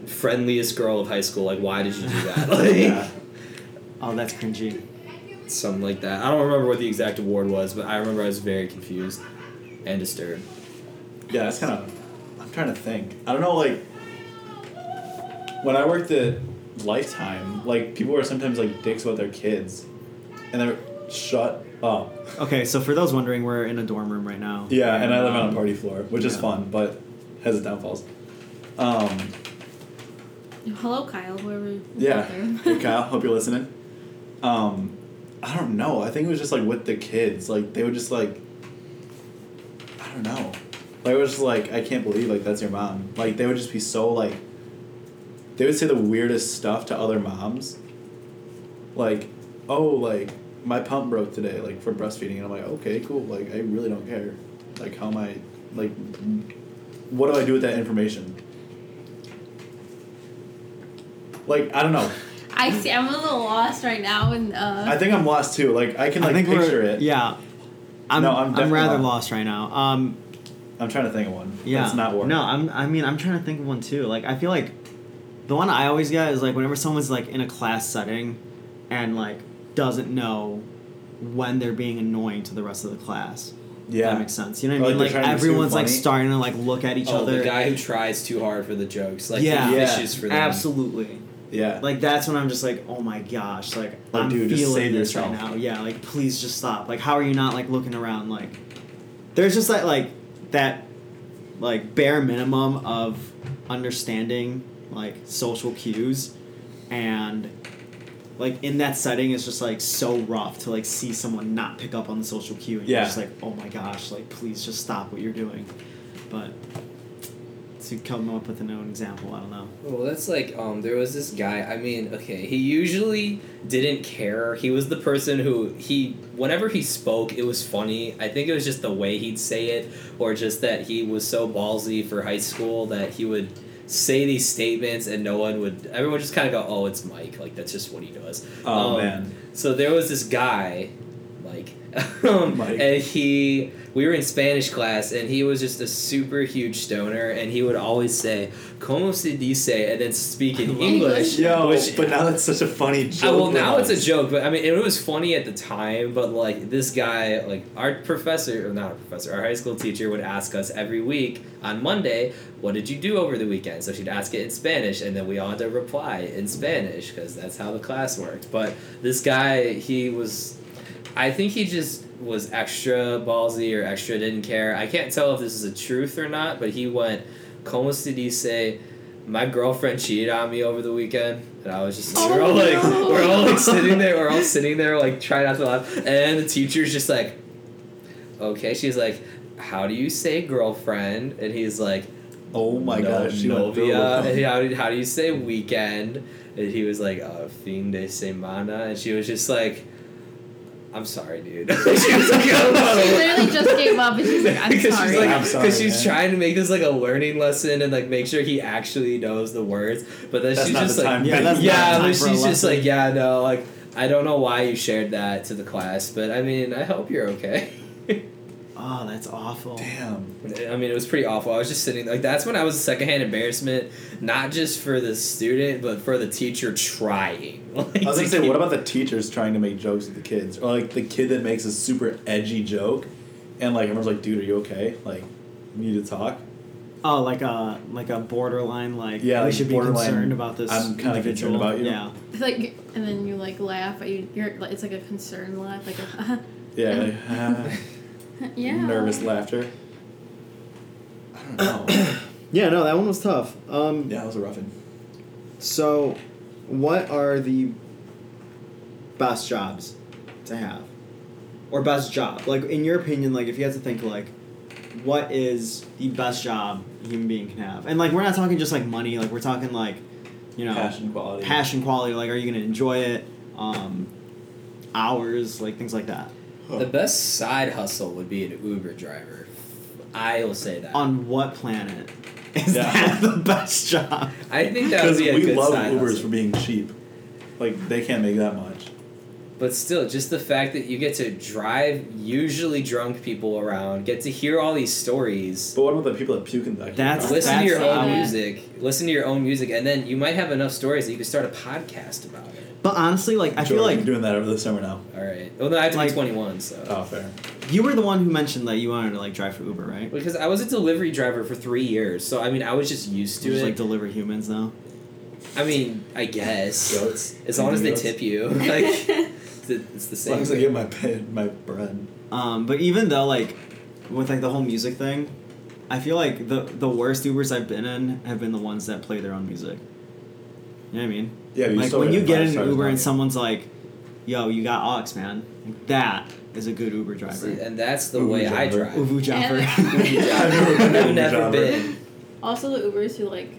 Speaker 4: friendliest girl of high school. Like, why did you do that?" Like,
Speaker 1: Yeah.
Speaker 2: oh, that's cringy.
Speaker 4: something like that. I don't remember what the exact award was, but I remember I was very confused and disturbed.
Speaker 1: Yeah, that's kind of. I'm trying to think. I don't know, like. When I worked at Lifetime, like, people were sometimes, like, dicks about their kids. And they're. Shut up.
Speaker 2: Okay, so for those wondering, we're in a dorm room right now.
Speaker 1: Yeah, and I live on
Speaker 2: Um,
Speaker 1: a party floor, which is
Speaker 2: yeah.
Speaker 1: fun, but has its downfalls. Um,
Speaker 3: Hello, Kyle. Whoever. is
Speaker 1: yeah.
Speaker 3: out there.
Speaker 1: Hey, Kyle, hope you're listening. Um, I don't know. I think it was just, like, with the kids. Like, they would just, like. I don't know. Like, it was just like, I can't believe, like, that's your mom. Like, they would just be so, like. They would say the weirdest stuff to other moms. Like, oh, like, my pump broke today, like, for breastfeeding. And I'm like, okay, cool. Like, I really don't care. Like, how am I. Like, what do I do with that information? Like, I don't know.
Speaker 3: I see. I'm a little lost right now, and uh,
Speaker 1: I think I'm lost too. Like, I can,
Speaker 2: I
Speaker 1: like,
Speaker 2: think
Speaker 1: picture
Speaker 2: we're
Speaker 1: it.
Speaker 2: yeah. I'm,
Speaker 1: No, I'm definitely
Speaker 2: rather
Speaker 1: not.
Speaker 2: lost right now. Um,
Speaker 1: I'm trying to think of one.
Speaker 2: yeah,
Speaker 1: That's not working.
Speaker 2: No, I'm. I mean, I'm trying to think of one too. Like, I feel like the one I always get is like whenever someone's like in a class setting, and like doesn't know when they're being annoying to the rest of the class. If
Speaker 1: Yeah.
Speaker 2: that makes sense. You know
Speaker 1: Or,
Speaker 2: what I
Speaker 1: like,
Speaker 2: mean?
Speaker 1: they're trying
Speaker 2: Like
Speaker 1: to be too
Speaker 2: everyone's like
Speaker 1: funny.
Speaker 2: starting to like look at each
Speaker 4: oh,
Speaker 2: other.
Speaker 4: the guy who tries too hard for the jokes, like
Speaker 2: Yeah.
Speaker 4: he
Speaker 1: Yeah.
Speaker 4: fishes for them.
Speaker 2: Absolutely.
Speaker 1: Yeah.
Speaker 2: Like that's when I'm just like, oh my gosh, like
Speaker 1: Like,
Speaker 2: I'm
Speaker 1: Oh, dude,
Speaker 2: feeling
Speaker 1: just save
Speaker 2: this
Speaker 1: yourself.
Speaker 2: right now. Yeah, like please just stop. Like how are you not like looking around? Like there's just that like that like bare minimum of understanding like social cues and like in that setting it's just like so rough to like see someone not pick up on the social cue and you're
Speaker 1: Yeah.
Speaker 2: just like oh my gosh like please just stop what you're doing but to come up with an own example i don't know
Speaker 4: Well, that's like um there was this guy, I mean, okay, he usually didn't care. He was the person who he whenever he spoke, it was funny. I think it was just the way he'd say it or just that he was so ballsy for high school that he would say these statements and no one would everyone would just kind of go, "Oh, it's Mike." Like that's just what he does.
Speaker 1: oh,
Speaker 4: Um,
Speaker 1: man.
Speaker 4: So there was this guy, Mike, um,
Speaker 1: Mike.
Speaker 4: and he. We were in Spanish class, and he was just a super huge stoner, and he would always say "Como se dice," and then speak in
Speaker 2: love
Speaker 4: English.
Speaker 1: Yo,
Speaker 4: which,
Speaker 1: but now that's such a funny
Speaker 4: I-
Speaker 1: joke.
Speaker 4: well, now
Speaker 1: for
Speaker 4: it's a
Speaker 1: us.
Speaker 4: joke, but I mean, it was funny at the time. But like this guy, like our professor, or not our professor, our high school teacher would ask us every week on Monday, "What did you do over the weekend?" So she'd ask it in Spanish, and then we all had to reply in Spanish because that's how the class worked. But this guy, he was, I think he just was extra ballsy or extra didn't care. I can't tell if this is a truth or not, but he went, "Como se dice?" my girlfriend cheated on me over the weekend, and I was just
Speaker 3: Oh,
Speaker 4: we're all like
Speaker 3: no.
Speaker 4: we're all like sitting there, we're all sitting there like trying not to laugh, and the teacher's just like, okay, she's like, how do you say girlfriend? And he's like,
Speaker 1: Oh my
Speaker 4: no,
Speaker 1: gosh. She went through
Speaker 4: novia.
Speaker 1: with
Speaker 4: And
Speaker 1: them.
Speaker 4: how, do- how do you say weekend? And he was like, uh, fin de semana, and she was just like. I'm sorry, dude. she was like, "I'm not
Speaker 3: she
Speaker 4: a-
Speaker 3: literally just gave up, and she's like, "I'm
Speaker 4: because
Speaker 3: sorry."
Speaker 4: she's like,
Speaker 1: I'm sorry,
Speaker 4: because she's
Speaker 1: man.
Speaker 4: trying to make this like a learning lesson and like make sure he actually knows the words. But then
Speaker 1: That's
Speaker 4: she's
Speaker 1: not
Speaker 4: just
Speaker 1: the
Speaker 4: like,
Speaker 1: time.
Speaker 2: Yeah, that's
Speaker 4: yeah,
Speaker 2: not
Speaker 4: but
Speaker 2: the time for a
Speaker 4: she's just
Speaker 2: lesson.
Speaker 4: like, yeah, no, like I don't know why you shared that to the class, but I mean, I hope you're okay.
Speaker 2: Oh, that's awful.
Speaker 1: Damn.
Speaker 4: I mean, it was pretty awful. I was just sitting like that's when I was secondhand embarrassment, not just for the student, but for the teacher trying. Like,
Speaker 1: I was
Speaker 4: to
Speaker 1: gonna say,
Speaker 4: keep-
Speaker 1: what about the teachers trying to make jokes with the kids, or like the kid that makes a super edgy joke, and like everyone's like, "Dude, are you okay? Like, you need to talk."
Speaker 2: Oh, like a like a borderline like
Speaker 1: Yeah,
Speaker 2: we
Speaker 1: like
Speaker 2: should be
Speaker 1: borderline,
Speaker 2: concerned about this.
Speaker 1: I'm kinda
Speaker 2: individual.
Speaker 1: concerned about you.
Speaker 2: Yeah.
Speaker 3: It's like, and then you like laugh, but you, you're like, it's like a concerned laugh, like a
Speaker 1: Yeah. like,
Speaker 3: yeah,
Speaker 1: Nervous laughter. I don't Wow.
Speaker 2: Yeah, no, that one was tough. Um,
Speaker 1: yeah, it was a roughing.
Speaker 2: So, what are the best jobs to have, or best job? Like in your opinion, like if you had to think, like what is the best job a human being can have? And like we're not talking just like money. Like we're talking like you know
Speaker 1: Passion quality.
Speaker 2: passion quality. Like are you gonna enjoy it? Um, hours, like things like that.
Speaker 4: The best side hustle would be an Uber driver. I will say that.
Speaker 2: On what planet is
Speaker 1: Yeah.
Speaker 2: that the best job?
Speaker 4: I think that
Speaker 1: Because
Speaker 4: would be a
Speaker 1: we
Speaker 4: good
Speaker 1: love
Speaker 4: side
Speaker 1: Ubers
Speaker 4: hustle.
Speaker 1: for being cheap. Like they can't make that much.
Speaker 4: But still, just the fact that you get to drive usually drunk people around, get to hear all these stories,
Speaker 1: But what about the people that puke in the back? of your
Speaker 2: That's-
Speaker 1: car?
Speaker 4: listen to your
Speaker 2: that's
Speaker 4: own
Speaker 3: how-
Speaker 4: music, listen to your own music, and then you might have enough stories that you could start a podcast about it.
Speaker 2: But honestly, like I feel
Speaker 1: Jordan,
Speaker 2: like
Speaker 1: you're doing that over the summer now.
Speaker 4: All right. Well, no, I have to
Speaker 2: Like-
Speaker 4: be 21, so.
Speaker 1: Oh, fair.
Speaker 2: You were the one who mentioned that you wanted to like drive for Uber, right?
Speaker 4: Because I was a delivery driver for three years, so I mean, I was just used to
Speaker 2: just
Speaker 4: it.
Speaker 2: like deliver humans now.
Speaker 4: I mean, I guess
Speaker 1: Goats.
Speaker 4: as long as they
Speaker 1: Goats.
Speaker 4: tip you, like it's the, it's the
Speaker 1: As
Speaker 4: same.
Speaker 1: long as I
Speaker 4: thing.
Speaker 1: get my bed, my bread.
Speaker 2: Um, but even though like with like the whole music thing, I feel like the the worst Ubers I've been in have been the ones that play their own music. You know what I mean?
Speaker 1: Yeah, but you
Speaker 2: like
Speaker 1: still
Speaker 2: when
Speaker 1: get
Speaker 2: you get
Speaker 1: five
Speaker 2: in an
Speaker 1: stars
Speaker 2: Uber
Speaker 1: now.
Speaker 2: and someone's like, "Yo, you got aux, man." Like, that is a good Uber driver.
Speaker 4: See, and that's the
Speaker 1: Uber
Speaker 4: way I
Speaker 1: driver.
Speaker 4: drive.
Speaker 2: Uber driver.
Speaker 3: And-
Speaker 4: I've
Speaker 1: never been an Uber
Speaker 4: never
Speaker 1: driver.
Speaker 4: been.
Speaker 3: Also, the Ubers who like,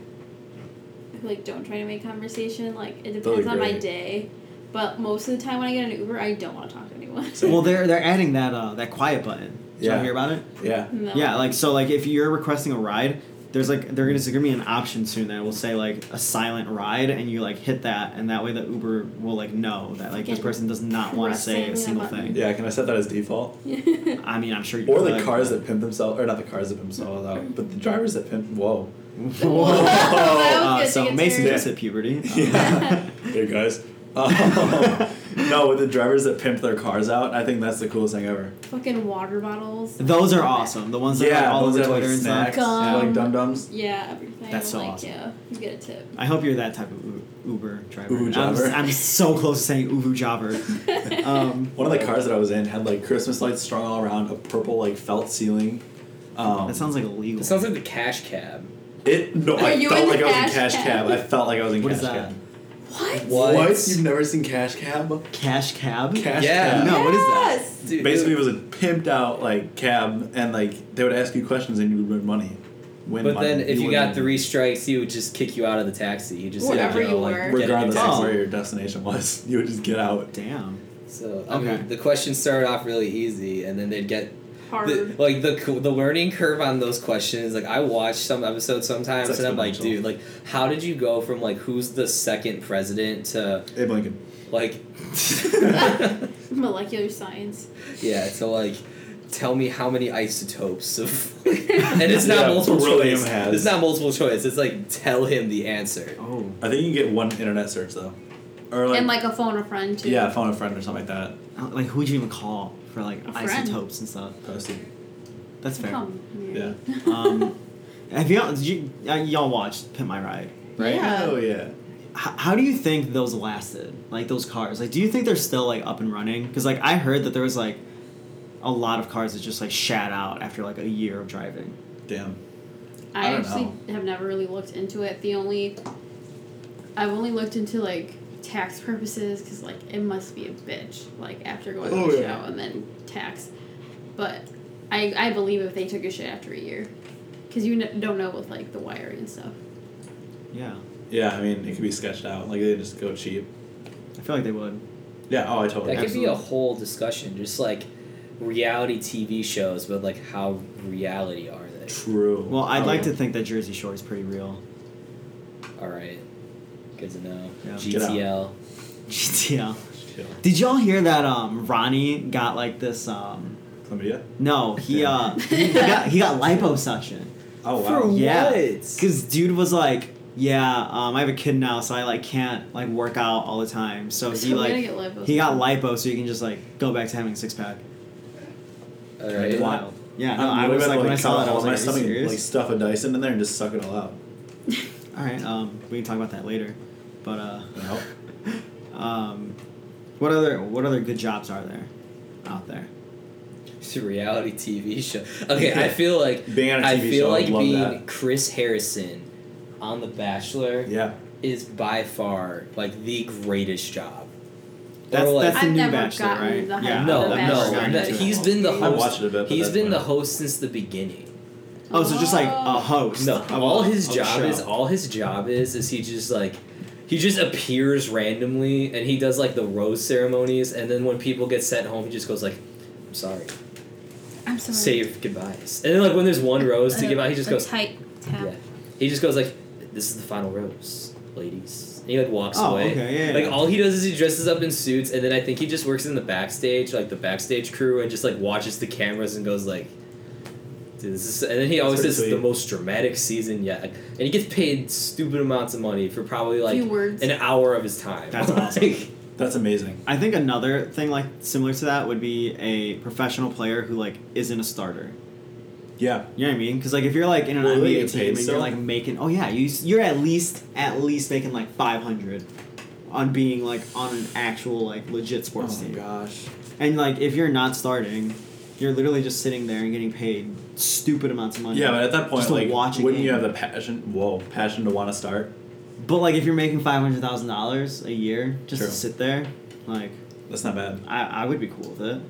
Speaker 3: who like don't try to make conversation. Like it
Speaker 1: They'll
Speaker 3: depends on my
Speaker 1: agree.
Speaker 3: day, but most of the time when I get an Uber, I don't want to talk to anyone.
Speaker 2: well, they're they're adding that uh that quiet button. Did you
Speaker 1: Yeah.
Speaker 2: hear about it?
Speaker 1: Yeah.
Speaker 3: No.
Speaker 2: Yeah, like so, like if you're requesting a ride, there's like they're gonna there's gonna be an option soon that will say like a silent ride, and you like hit that, and that way the Uber will like know that like this
Speaker 3: Fucking
Speaker 2: person does not want to say
Speaker 3: pressing
Speaker 2: a single
Speaker 3: the
Speaker 2: thing.
Speaker 3: button.
Speaker 1: Yeah, can I set that as default?
Speaker 2: I mean, I'm sure you
Speaker 1: Or the
Speaker 2: could.
Speaker 1: cars that pimp themselves, or not the cars that pimp themselves out, but the drivers that pimp. Whoa.
Speaker 2: Whoa.
Speaker 3: That was
Speaker 2: Uh,
Speaker 3: good to
Speaker 2: so
Speaker 3: get
Speaker 2: Mason
Speaker 3: through.
Speaker 2: just hit puberty. Uh,
Speaker 1: Yeah. hey guys. Um, no, with the drivers that pimp their cars out, I think that's the coolest thing ever.
Speaker 3: Fucking water bottles.
Speaker 2: Those are awesome. The ones that are
Speaker 1: yeah,
Speaker 2: like, all
Speaker 1: those that have,
Speaker 2: over Twitter
Speaker 1: like
Speaker 2: and
Speaker 1: snacks,
Speaker 2: stuff.
Speaker 3: Gum.
Speaker 1: like dum dums.
Speaker 3: Yeah, everything.
Speaker 2: That's so
Speaker 3: like,
Speaker 2: awesome.
Speaker 3: Yeah, you get a tip.
Speaker 2: I hope you're that type of U- Uber driver.
Speaker 1: Uber
Speaker 2: I'm,
Speaker 1: driver.
Speaker 2: I'm so close to saying Uber jobber. Um,
Speaker 1: One of the cars that I was in had like Christmas lights strung all around a purple like felt ceiling. Um,
Speaker 2: that sounds like illegal.
Speaker 4: It sounds like the cash cab.
Speaker 1: it. No,
Speaker 3: Are
Speaker 1: I
Speaker 3: you
Speaker 1: felt
Speaker 3: in
Speaker 1: like I was in
Speaker 3: Cash
Speaker 1: Cash
Speaker 3: Cab?
Speaker 1: Cab. I felt like I was in
Speaker 2: What
Speaker 1: Cash
Speaker 2: is that?
Speaker 1: Cab.
Speaker 3: What?
Speaker 4: What?
Speaker 1: You've never seen Cash Cab?
Speaker 2: Cash cab.
Speaker 1: Cash
Speaker 4: Yeah.
Speaker 1: Cab.
Speaker 2: No, what is that?
Speaker 3: Yes!
Speaker 4: Dude,
Speaker 1: Basically, it was a pimped out like cab, and like they would ask you questions, and you would win money. Win
Speaker 4: But
Speaker 1: money.
Speaker 4: then, if you
Speaker 1: would
Speaker 4: got
Speaker 1: win.
Speaker 4: three strikes, he would just kick you out of the taxi. You just
Speaker 3: Wherever
Speaker 4: you, know,
Speaker 3: you
Speaker 4: like,
Speaker 3: were.
Speaker 4: get a new
Speaker 1: regardless of
Speaker 4: taxi.
Speaker 1: where your destination was, you would just get out.
Speaker 2: Damn.
Speaker 1: Oh.
Speaker 4: So I
Speaker 2: Okay.
Speaker 4: mean, the questions started off really easy, and then they'd get
Speaker 3: Hard.
Speaker 4: the, like the cu- the learning curve on those questions. Like I watch some episodes sometimes,
Speaker 1: It's
Speaker 4: and I'm like,
Speaker 1: exponential.
Speaker 4: dude, like how did you go from like who's the second president to
Speaker 1: Abe Lincoln.
Speaker 4: like
Speaker 3: Molecular science.
Speaker 4: yeah to like tell me how many isotopes of and it's not
Speaker 1: Yeah,
Speaker 4: multiple
Speaker 1: beryllium
Speaker 4: choice.
Speaker 1: has.
Speaker 4: It's not multiple choice. It's like tell him the answer.
Speaker 2: Oh.
Speaker 1: I think you get one internet search though, or like,
Speaker 3: and like a phone a friend too.
Speaker 1: yeah, phone a friend or something like that.
Speaker 2: Uh, Like, who would you even call for like
Speaker 3: A friend.
Speaker 2: isotopes and stuff?
Speaker 1: Posted.
Speaker 2: That's fair.
Speaker 3: Come.
Speaker 1: Yeah.
Speaker 2: Um, have y'all did you, uh, y'all watched Pit My Ride?
Speaker 3: Right? Yeah.
Speaker 1: Oh yeah.
Speaker 2: H- how do you think those lasted? Like those cars? Like, do you think they're still like up and running? Because like I heard that there was like a lot of cars that just like shat out after like a year of driving.
Speaker 1: Damn.
Speaker 3: I,
Speaker 1: I don't
Speaker 3: actually have never really looked into it. The only I've only looked into like tax purposes because like it must be a bitch like after going
Speaker 1: Oh,
Speaker 3: to the
Speaker 1: yeah.
Speaker 3: show and then tax, but I I believe if they took a shit after a year, because you n- don't know with like the wiring and stuff.
Speaker 2: Yeah,
Speaker 1: Yeah, I mean it could be sketched out. Like they just go cheap.
Speaker 2: I feel like they would.
Speaker 1: Yeah. Oh, I
Speaker 4: That
Speaker 1: totally.
Speaker 4: could be
Speaker 2: Absolutely.
Speaker 4: a whole discussion, just like reality TV shows, but like how reality are they?
Speaker 1: True.
Speaker 2: Well, I'd
Speaker 1: Oh,
Speaker 2: like
Speaker 1: yeah.
Speaker 2: to think that Jersey Shore is pretty real.
Speaker 4: All right, good to know.
Speaker 2: Yeah.
Speaker 1: Get out.
Speaker 4: GTL.
Speaker 2: GTL.
Speaker 1: Chill.
Speaker 2: Did y'all hear that? Um, Ronnie got like this. Um,
Speaker 1: Chlamydia.
Speaker 2: no, he uh, he, he got he got liposuction.
Speaker 1: Oh
Speaker 4: For
Speaker 1: wow.
Speaker 2: Yeah.
Speaker 4: what?
Speaker 2: Because dude was like, yeah, um, I have a kid now, so I like can't like work out all the time. So he
Speaker 3: So we're gonna
Speaker 2: like
Speaker 3: get lipo.
Speaker 2: he got lipo, so you can just like go back to having a six pack.
Speaker 4: All
Speaker 1: Yeah.
Speaker 4: right.
Speaker 2: Wild. Yeah, no,
Speaker 1: I'm
Speaker 4: Um,
Speaker 2: I
Speaker 1: really
Speaker 2: was
Speaker 1: about
Speaker 2: like,
Speaker 1: to,
Speaker 2: when I saw
Speaker 1: cut
Speaker 2: that, I
Speaker 1: all
Speaker 2: was
Speaker 1: my
Speaker 2: like, are you
Speaker 1: stomach, and, like
Speaker 2: serious?
Speaker 1: stuff a Dyson in there and just suck it all out.
Speaker 2: All right, um, we can talk about that later. But uh,
Speaker 1: You know?
Speaker 2: um, what other what other good jobs are there out there?
Speaker 4: to reality TV show. Okay, I feel like
Speaker 1: Being on a
Speaker 4: I
Speaker 1: TV
Speaker 4: feel
Speaker 1: show, I'd
Speaker 4: like
Speaker 1: love
Speaker 4: being
Speaker 1: that.
Speaker 4: Chris Harrison on The Bachelor
Speaker 1: Yeah.
Speaker 4: is by far like the greatest job.
Speaker 2: That's,
Speaker 4: or like,
Speaker 2: that's the
Speaker 3: I've
Speaker 2: new
Speaker 3: never
Speaker 2: Bachelor,
Speaker 3: gotten
Speaker 2: right?
Speaker 3: the hype
Speaker 2: yeah,
Speaker 3: of
Speaker 4: no,
Speaker 3: The
Speaker 2: I've
Speaker 4: no,
Speaker 3: Bachelor.
Speaker 2: never
Speaker 4: no,
Speaker 2: gotten
Speaker 4: he's
Speaker 2: to it.
Speaker 4: been the
Speaker 3: I
Speaker 4: host.
Speaker 1: watched it a bit, but
Speaker 4: he's
Speaker 1: that's
Speaker 4: been the
Speaker 1: fine.
Speaker 4: host since the beginning.
Speaker 2: Oh, so just like a host.
Speaker 4: No,
Speaker 2: of a-
Speaker 1: Oh,
Speaker 4: all his
Speaker 2: of a
Speaker 4: job
Speaker 2: show.
Speaker 4: is all his job is is he just like he just appears randomly and he does like the rose ceremonies and then when people get sent home he just goes like I'm sorry.
Speaker 3: I'm sorry.
Speaker 4: Say your goodbyes. And then like when there's one rose to
Speaker 3: Uh,
Speaker 4: give out he just
Speaker 3: a
Speaker 4: goes
Speaker 3: tight tap.
Speaker 4: Yeah. He just goes like this is the final rose, ladies. And he like walks
Speaker 2: Oh,
Speaker 4: away.
Speaker 2: okay, yeah, yeah,
Speaker 4: like
Speaker 2: yeah.
Speaker 4: all he does is he dresses up in suits and then I think he just works in the backstage, like the backstage crew and just like watches the cameras and goes like Dude, this is, and then he always
Speaker 1: pretty
Speaker 4: says this is the
Speaker 1: sweet.
Speaker 4: most dramatic season yet, Like, and he gets paid stupid amounts of money for probably like
Speaker 3: Few words.
Speaker 4: an hour of his time.
Speaker 2: That's awesome.
Speaker 4: Like,
Speaker 1: That's amazing.
Speaker 2: I think another thing like similar to that would be a professional player who like isn't a starter.
Speaker 1: Yeah.
Speaker 2: You know what I mean? Because like if you're like in an
Speaker 1: Well, they
Speaker 2: NBA
Speaker 1: get paid
Speaker 2: team and you're
Speaker 1: still.
Speaker 2: like making, oh yeah, you s- you're at least at least making like five hundred on being like on an actual like legit sports team.
Speaker 1: Oh gosh.
Speaker 2: And like if you're not starting, you're literally just sitting there and getting paid stupid amounts of money.
Speaker 1: Yeah, but at that point,
Speaker 2: just to
Speaker 1: like,
Speaker 2: watch a
Speaker 1: wouldn't
Speaker 2: game.
Speaker 1: you have the passion? Whoa, passion to want to start.
Speaker 2: But like if you're making five hundred thousand dollars a year just to
Speaker 1: True.
Speaker 2: sit there, like
Speaker 1: That's not bad.
Speaker 2: I I would be cool with it.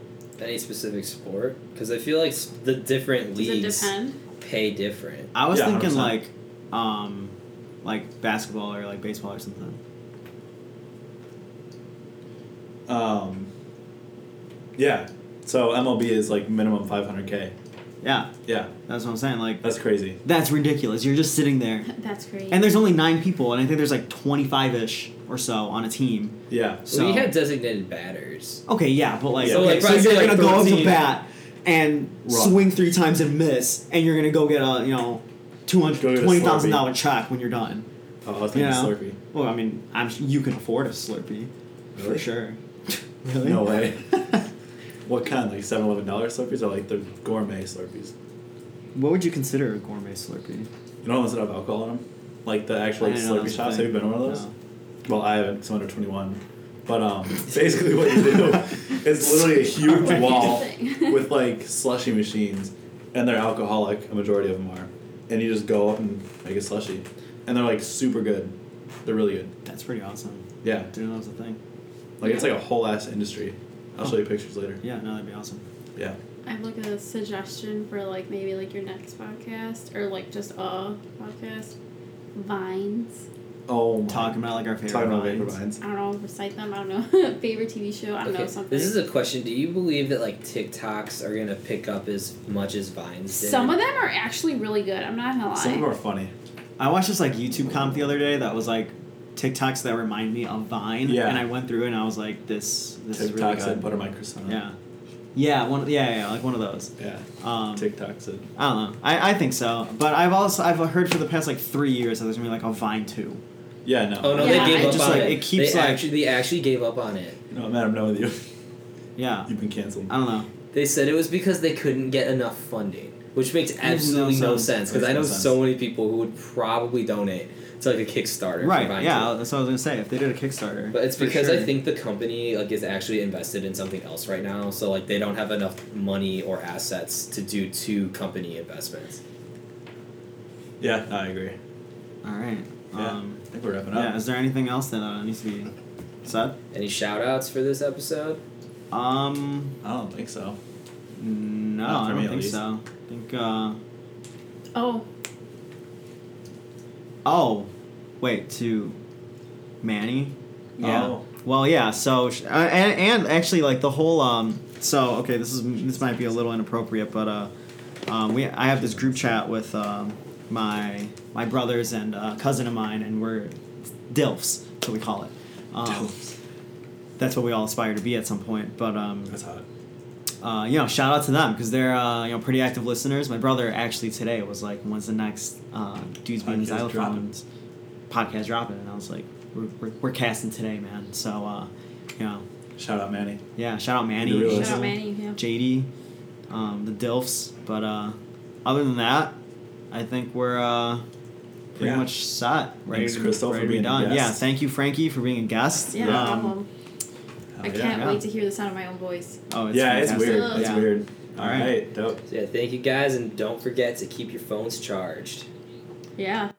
Speaker 4: any specific sport? Because I feel like s- the different
Speaker 3: Does it
Speaker 4: leagues
Speaker 3: depend?
Speaker 4: pay different.
Speaker 2: I was
Speaker 1: Yeah,
Speaker 2: thinking
Speaker 1: 100%.
Speaker 2: like, um, like basketball or like baseball or something.
Speaker 1: Um, yeah. So MLB is like minimum 500k.
Speaker 2: Yeah,
Speaker 1: Yeah,
Speaker 2: that's what I'm saying. Like
Speaker 1: that's crazy.
Speaker 2: that's ridiculous. You're just sitting there,
Speaker 3: That's crazy.
Speaker 2: and there's only nine people, and I think there's like twenty five ish or so on a team.
Speaker 1: Yeah.
Speaker 4: So
Speaker 2: So
Speaker 4: we have designated batters.
Speaker 2: okay, yeah, but like
Speaker 1: So,
Speaker 2: okay,
Speaker 4: like,
Speaker 2: so
Speaker 4: probably
Speaker 2: you're
Speaker 4: like
Speaker 2: gonna go up to
Speaker 4: 13.
Speaker 2: bat and
Speaker 1: Run.
Speaker 2: swing three times and miss, and you're gonna go get a you know two
Speaker 1: Go
Speaker 2: hundred
Speaker 1: get a
Speaker 2: twenty thousand dollar
Speaker 1: Slurpee.
Speaker 2: check when you're done.
Speaker 1: Oh, I was thinking
Speaker 2: Yeah.
Speaker 1: Slurpee.
Speaker 2: Well, I mean, I'm you can afford a Slurpee for
Speaker 1: Really?
Speaker 2: sure. really?
Speaker 1: No way. What kind? Like seven eleven dollar Slurpees or like the gourmet Slurpees?
Speaker 2: What would you consider a gourmet Slurpee?
Speaker 1: You know the ones that have alcohol in them? Like the actual like,
Speaker 2: I know,
Speaker 1: Slurpee
Speaker 2: that's the
Speaker 1: shops. Have
Speaker 2: thing.
Speaker 1: you been to one of those?
Speaker 2: No.
Speaker 1: Well, I haven't. 'cause I'm under twenty one. But um, basically, what you do is literally a huge
Speaker 2: Sorry.
Speaker 1: wall
Speaker 3: Interesting.
Speaker 1: with like slushy machines, and they're alcoholic. A majority of them are, and you just go up and make a slushy, and they're like super good. They're really good.
Speaker 2: That's pretty awesome.
Speaker 1: Yeah,
Speaker 2: Didn't know that was a thing.
Speaker 1: like it's like a whole ass industry. I'll show you pictures later.
Speaker 2: Yeah, no, that'd be awesome.
Speaker 1: Yeah.
Speaker 3: I'm looking at a suggestion for like maybe like your next podcast or like just a podcast. Vines.
Speaker 1: Oh my.
Speaker 2: Talking about like our favorite
Speaker 1: Talking about vapor
Speaker 2: wines.
Speaker 1: vines.
Speaker 3: I don't know, recite them. I don't know. Favorite TV show. I don't know something.
Speaker 4: This is a question. Do you believe that like TikToks are gonna pick up as much as Vines did?
Speaker 3: Some of them are actually really good. I'm not gonna lie.
Speaker 1: Some of them are funny.
Speaker 2: I watched this like YouTube comp the other day that was like TikToks that remind me of Vine.
Speaker 1: Yeah.
Speaker 2: And I went through it and I was like, this this is really
Speaker 1: TikTok
Speaker 2: good.
Speaker 1: said butter my croissant.
Speaker 2: yeah. Yeah, one yeah, yeah, like one of those.
Speaker 1: Yeah.
Speaker 2: Um
Speaker 1: TikTok said.
Speaker 2: I don't know. I, I think so. But I've also I've heard for the past like three years that there's gonna be like a Vine two.
Speaker 1: Yeah, no.
Speaker 4: Oh no,
Speaker 3: Yeah,
Speaker 4: they
Speaker 3: I
Speaker 4: gave up
Speaker 2: just,
Speaker 4: on
Speaker 2: like,
Speaker 4: it.
Speaker 2: it keeps,
Speaker 4: they
Speaker 2: like-
Speaker 4: actually they actually gave up on it.
Speaker 1: No, man, I'm not with you.
Speaker 2: Yeah.
Speaker 1: You've been canceled.
Speaker 2: I don't know.
Speaker 4: They said it was because they couldn't get enough funding, which makes absolutely
Speaker 2: no
Speaker 4: no
Speaker 2: sense.
Speaker 4: sense. Because I
Speaker 1: Makes no
Speaker 4: know
Speaker 1: sense.
Speaker 4: so many people who would probably donate to like a Kickstarter. for
Speaker 2: Right,
Speaker 4: Vine
Speaker 2: yeah,
Speaker 4: too.
Speaker 2: that's what I was gonna say. If they did a Kickstarter.
Speaker 4: But it's
Speaker 2: for
Speaker 4: because I
Speaker 2: sure.
Speaker 4: think the company like is actually invested in something else right now, so like they don't have enough money or assets to do two company investments.
Speaker 1: Yeah, no, I agree.
Speaker 2: Alright.
Speaker 1: Yeah.
Speaker 2: Um
Speaker 1: I think we're wrapping
Speaker 2: yeah,
Speaker 1: up.
Speaker 2: is there anything else that uh, needs to be said?
Speaker 4: Any shout outs for this episode?
Speaker 2: Um
Speaker 1: I don't think so.
Speaker 2: No,
Speaker 1: Not
Speaker 2: I
Speaker 1: for
Speaker 2: don't
Speaker 1: me, at
Speaker 2: think
Speaker 1: least.
Speaker 2: so. I think. Uh,
Speaker 3: oh,
Speaker 2: oh, wait, to Manny. Yeah.
Speaker 1: Oh.
Speaker 2: Well, yeah. So sh- uh, and, and actually, like the whole. Um, so okay, this is this might be a little inappropriate, but uh, um, we I have this group chat with um, my my brothers and uh, cousin of mine, and we're DILFs, so we call it. Um,
Speaker 1: Dilfs.
Speaker 2: That's what we all aspire to be at some point, but um,
Speaker 1: That's hot.
Speaker 2: uh, you know, shout out to them because they're uh, you know pretty active listeners. My brother actually today was like, "When's the next uh, dudes being
Speaker 1: Podcast
Speaker 2: xylophones podcast dropping?" And I was like, "We're, we're, we're casting today, man." So, uh, you know,
Speaker 1: Shout out, Manny.
Speaker 2: yeah, shout out Manny,
Speaker 1: Shout
Speaker 2: Angel,
Speaker 1: Yes.
Speaker 3: shout out Manny. Yeah.
Speaker 2: JD, um, the Dilfs. But uh, other than that, I think we're uh, pretty
Speaker 1: Yeah.
Speaker 2: much set. Ready
Speaker 1: Thanks,
Speaker 2: to,
Speaker 1: Crystal, for
Speaker 2: ready to be
Speaker 1: being a
Speaker 2: done.
Speaker 1: guest.
Speaker 2: Yeah, thank you, Frankie, for being a guest.
Speaker 3: Yeah, no
Speaker 2: Um,
Speaker 3: problem.
Speaker 1: Hell
Speaker 3: I
Speaker 1: yeah.
Speaker 3: can't
Speaker 2: yeah.
Speaker 3: wait to hear the sound of my own voice.
Speaker 2: oh, it's
Speaker 1: yeah, it's
Speaker 2: fantastic.
Speaker 1: weird. It's
Speaker 2: Yeah.
Speaker 1: weird.
Speaker 2: All right.
Speaker 1: dope.
Speaker 4: So yeah, thank you guys, and don't forget to keep your phones charged.
Speaker 3: Yeah.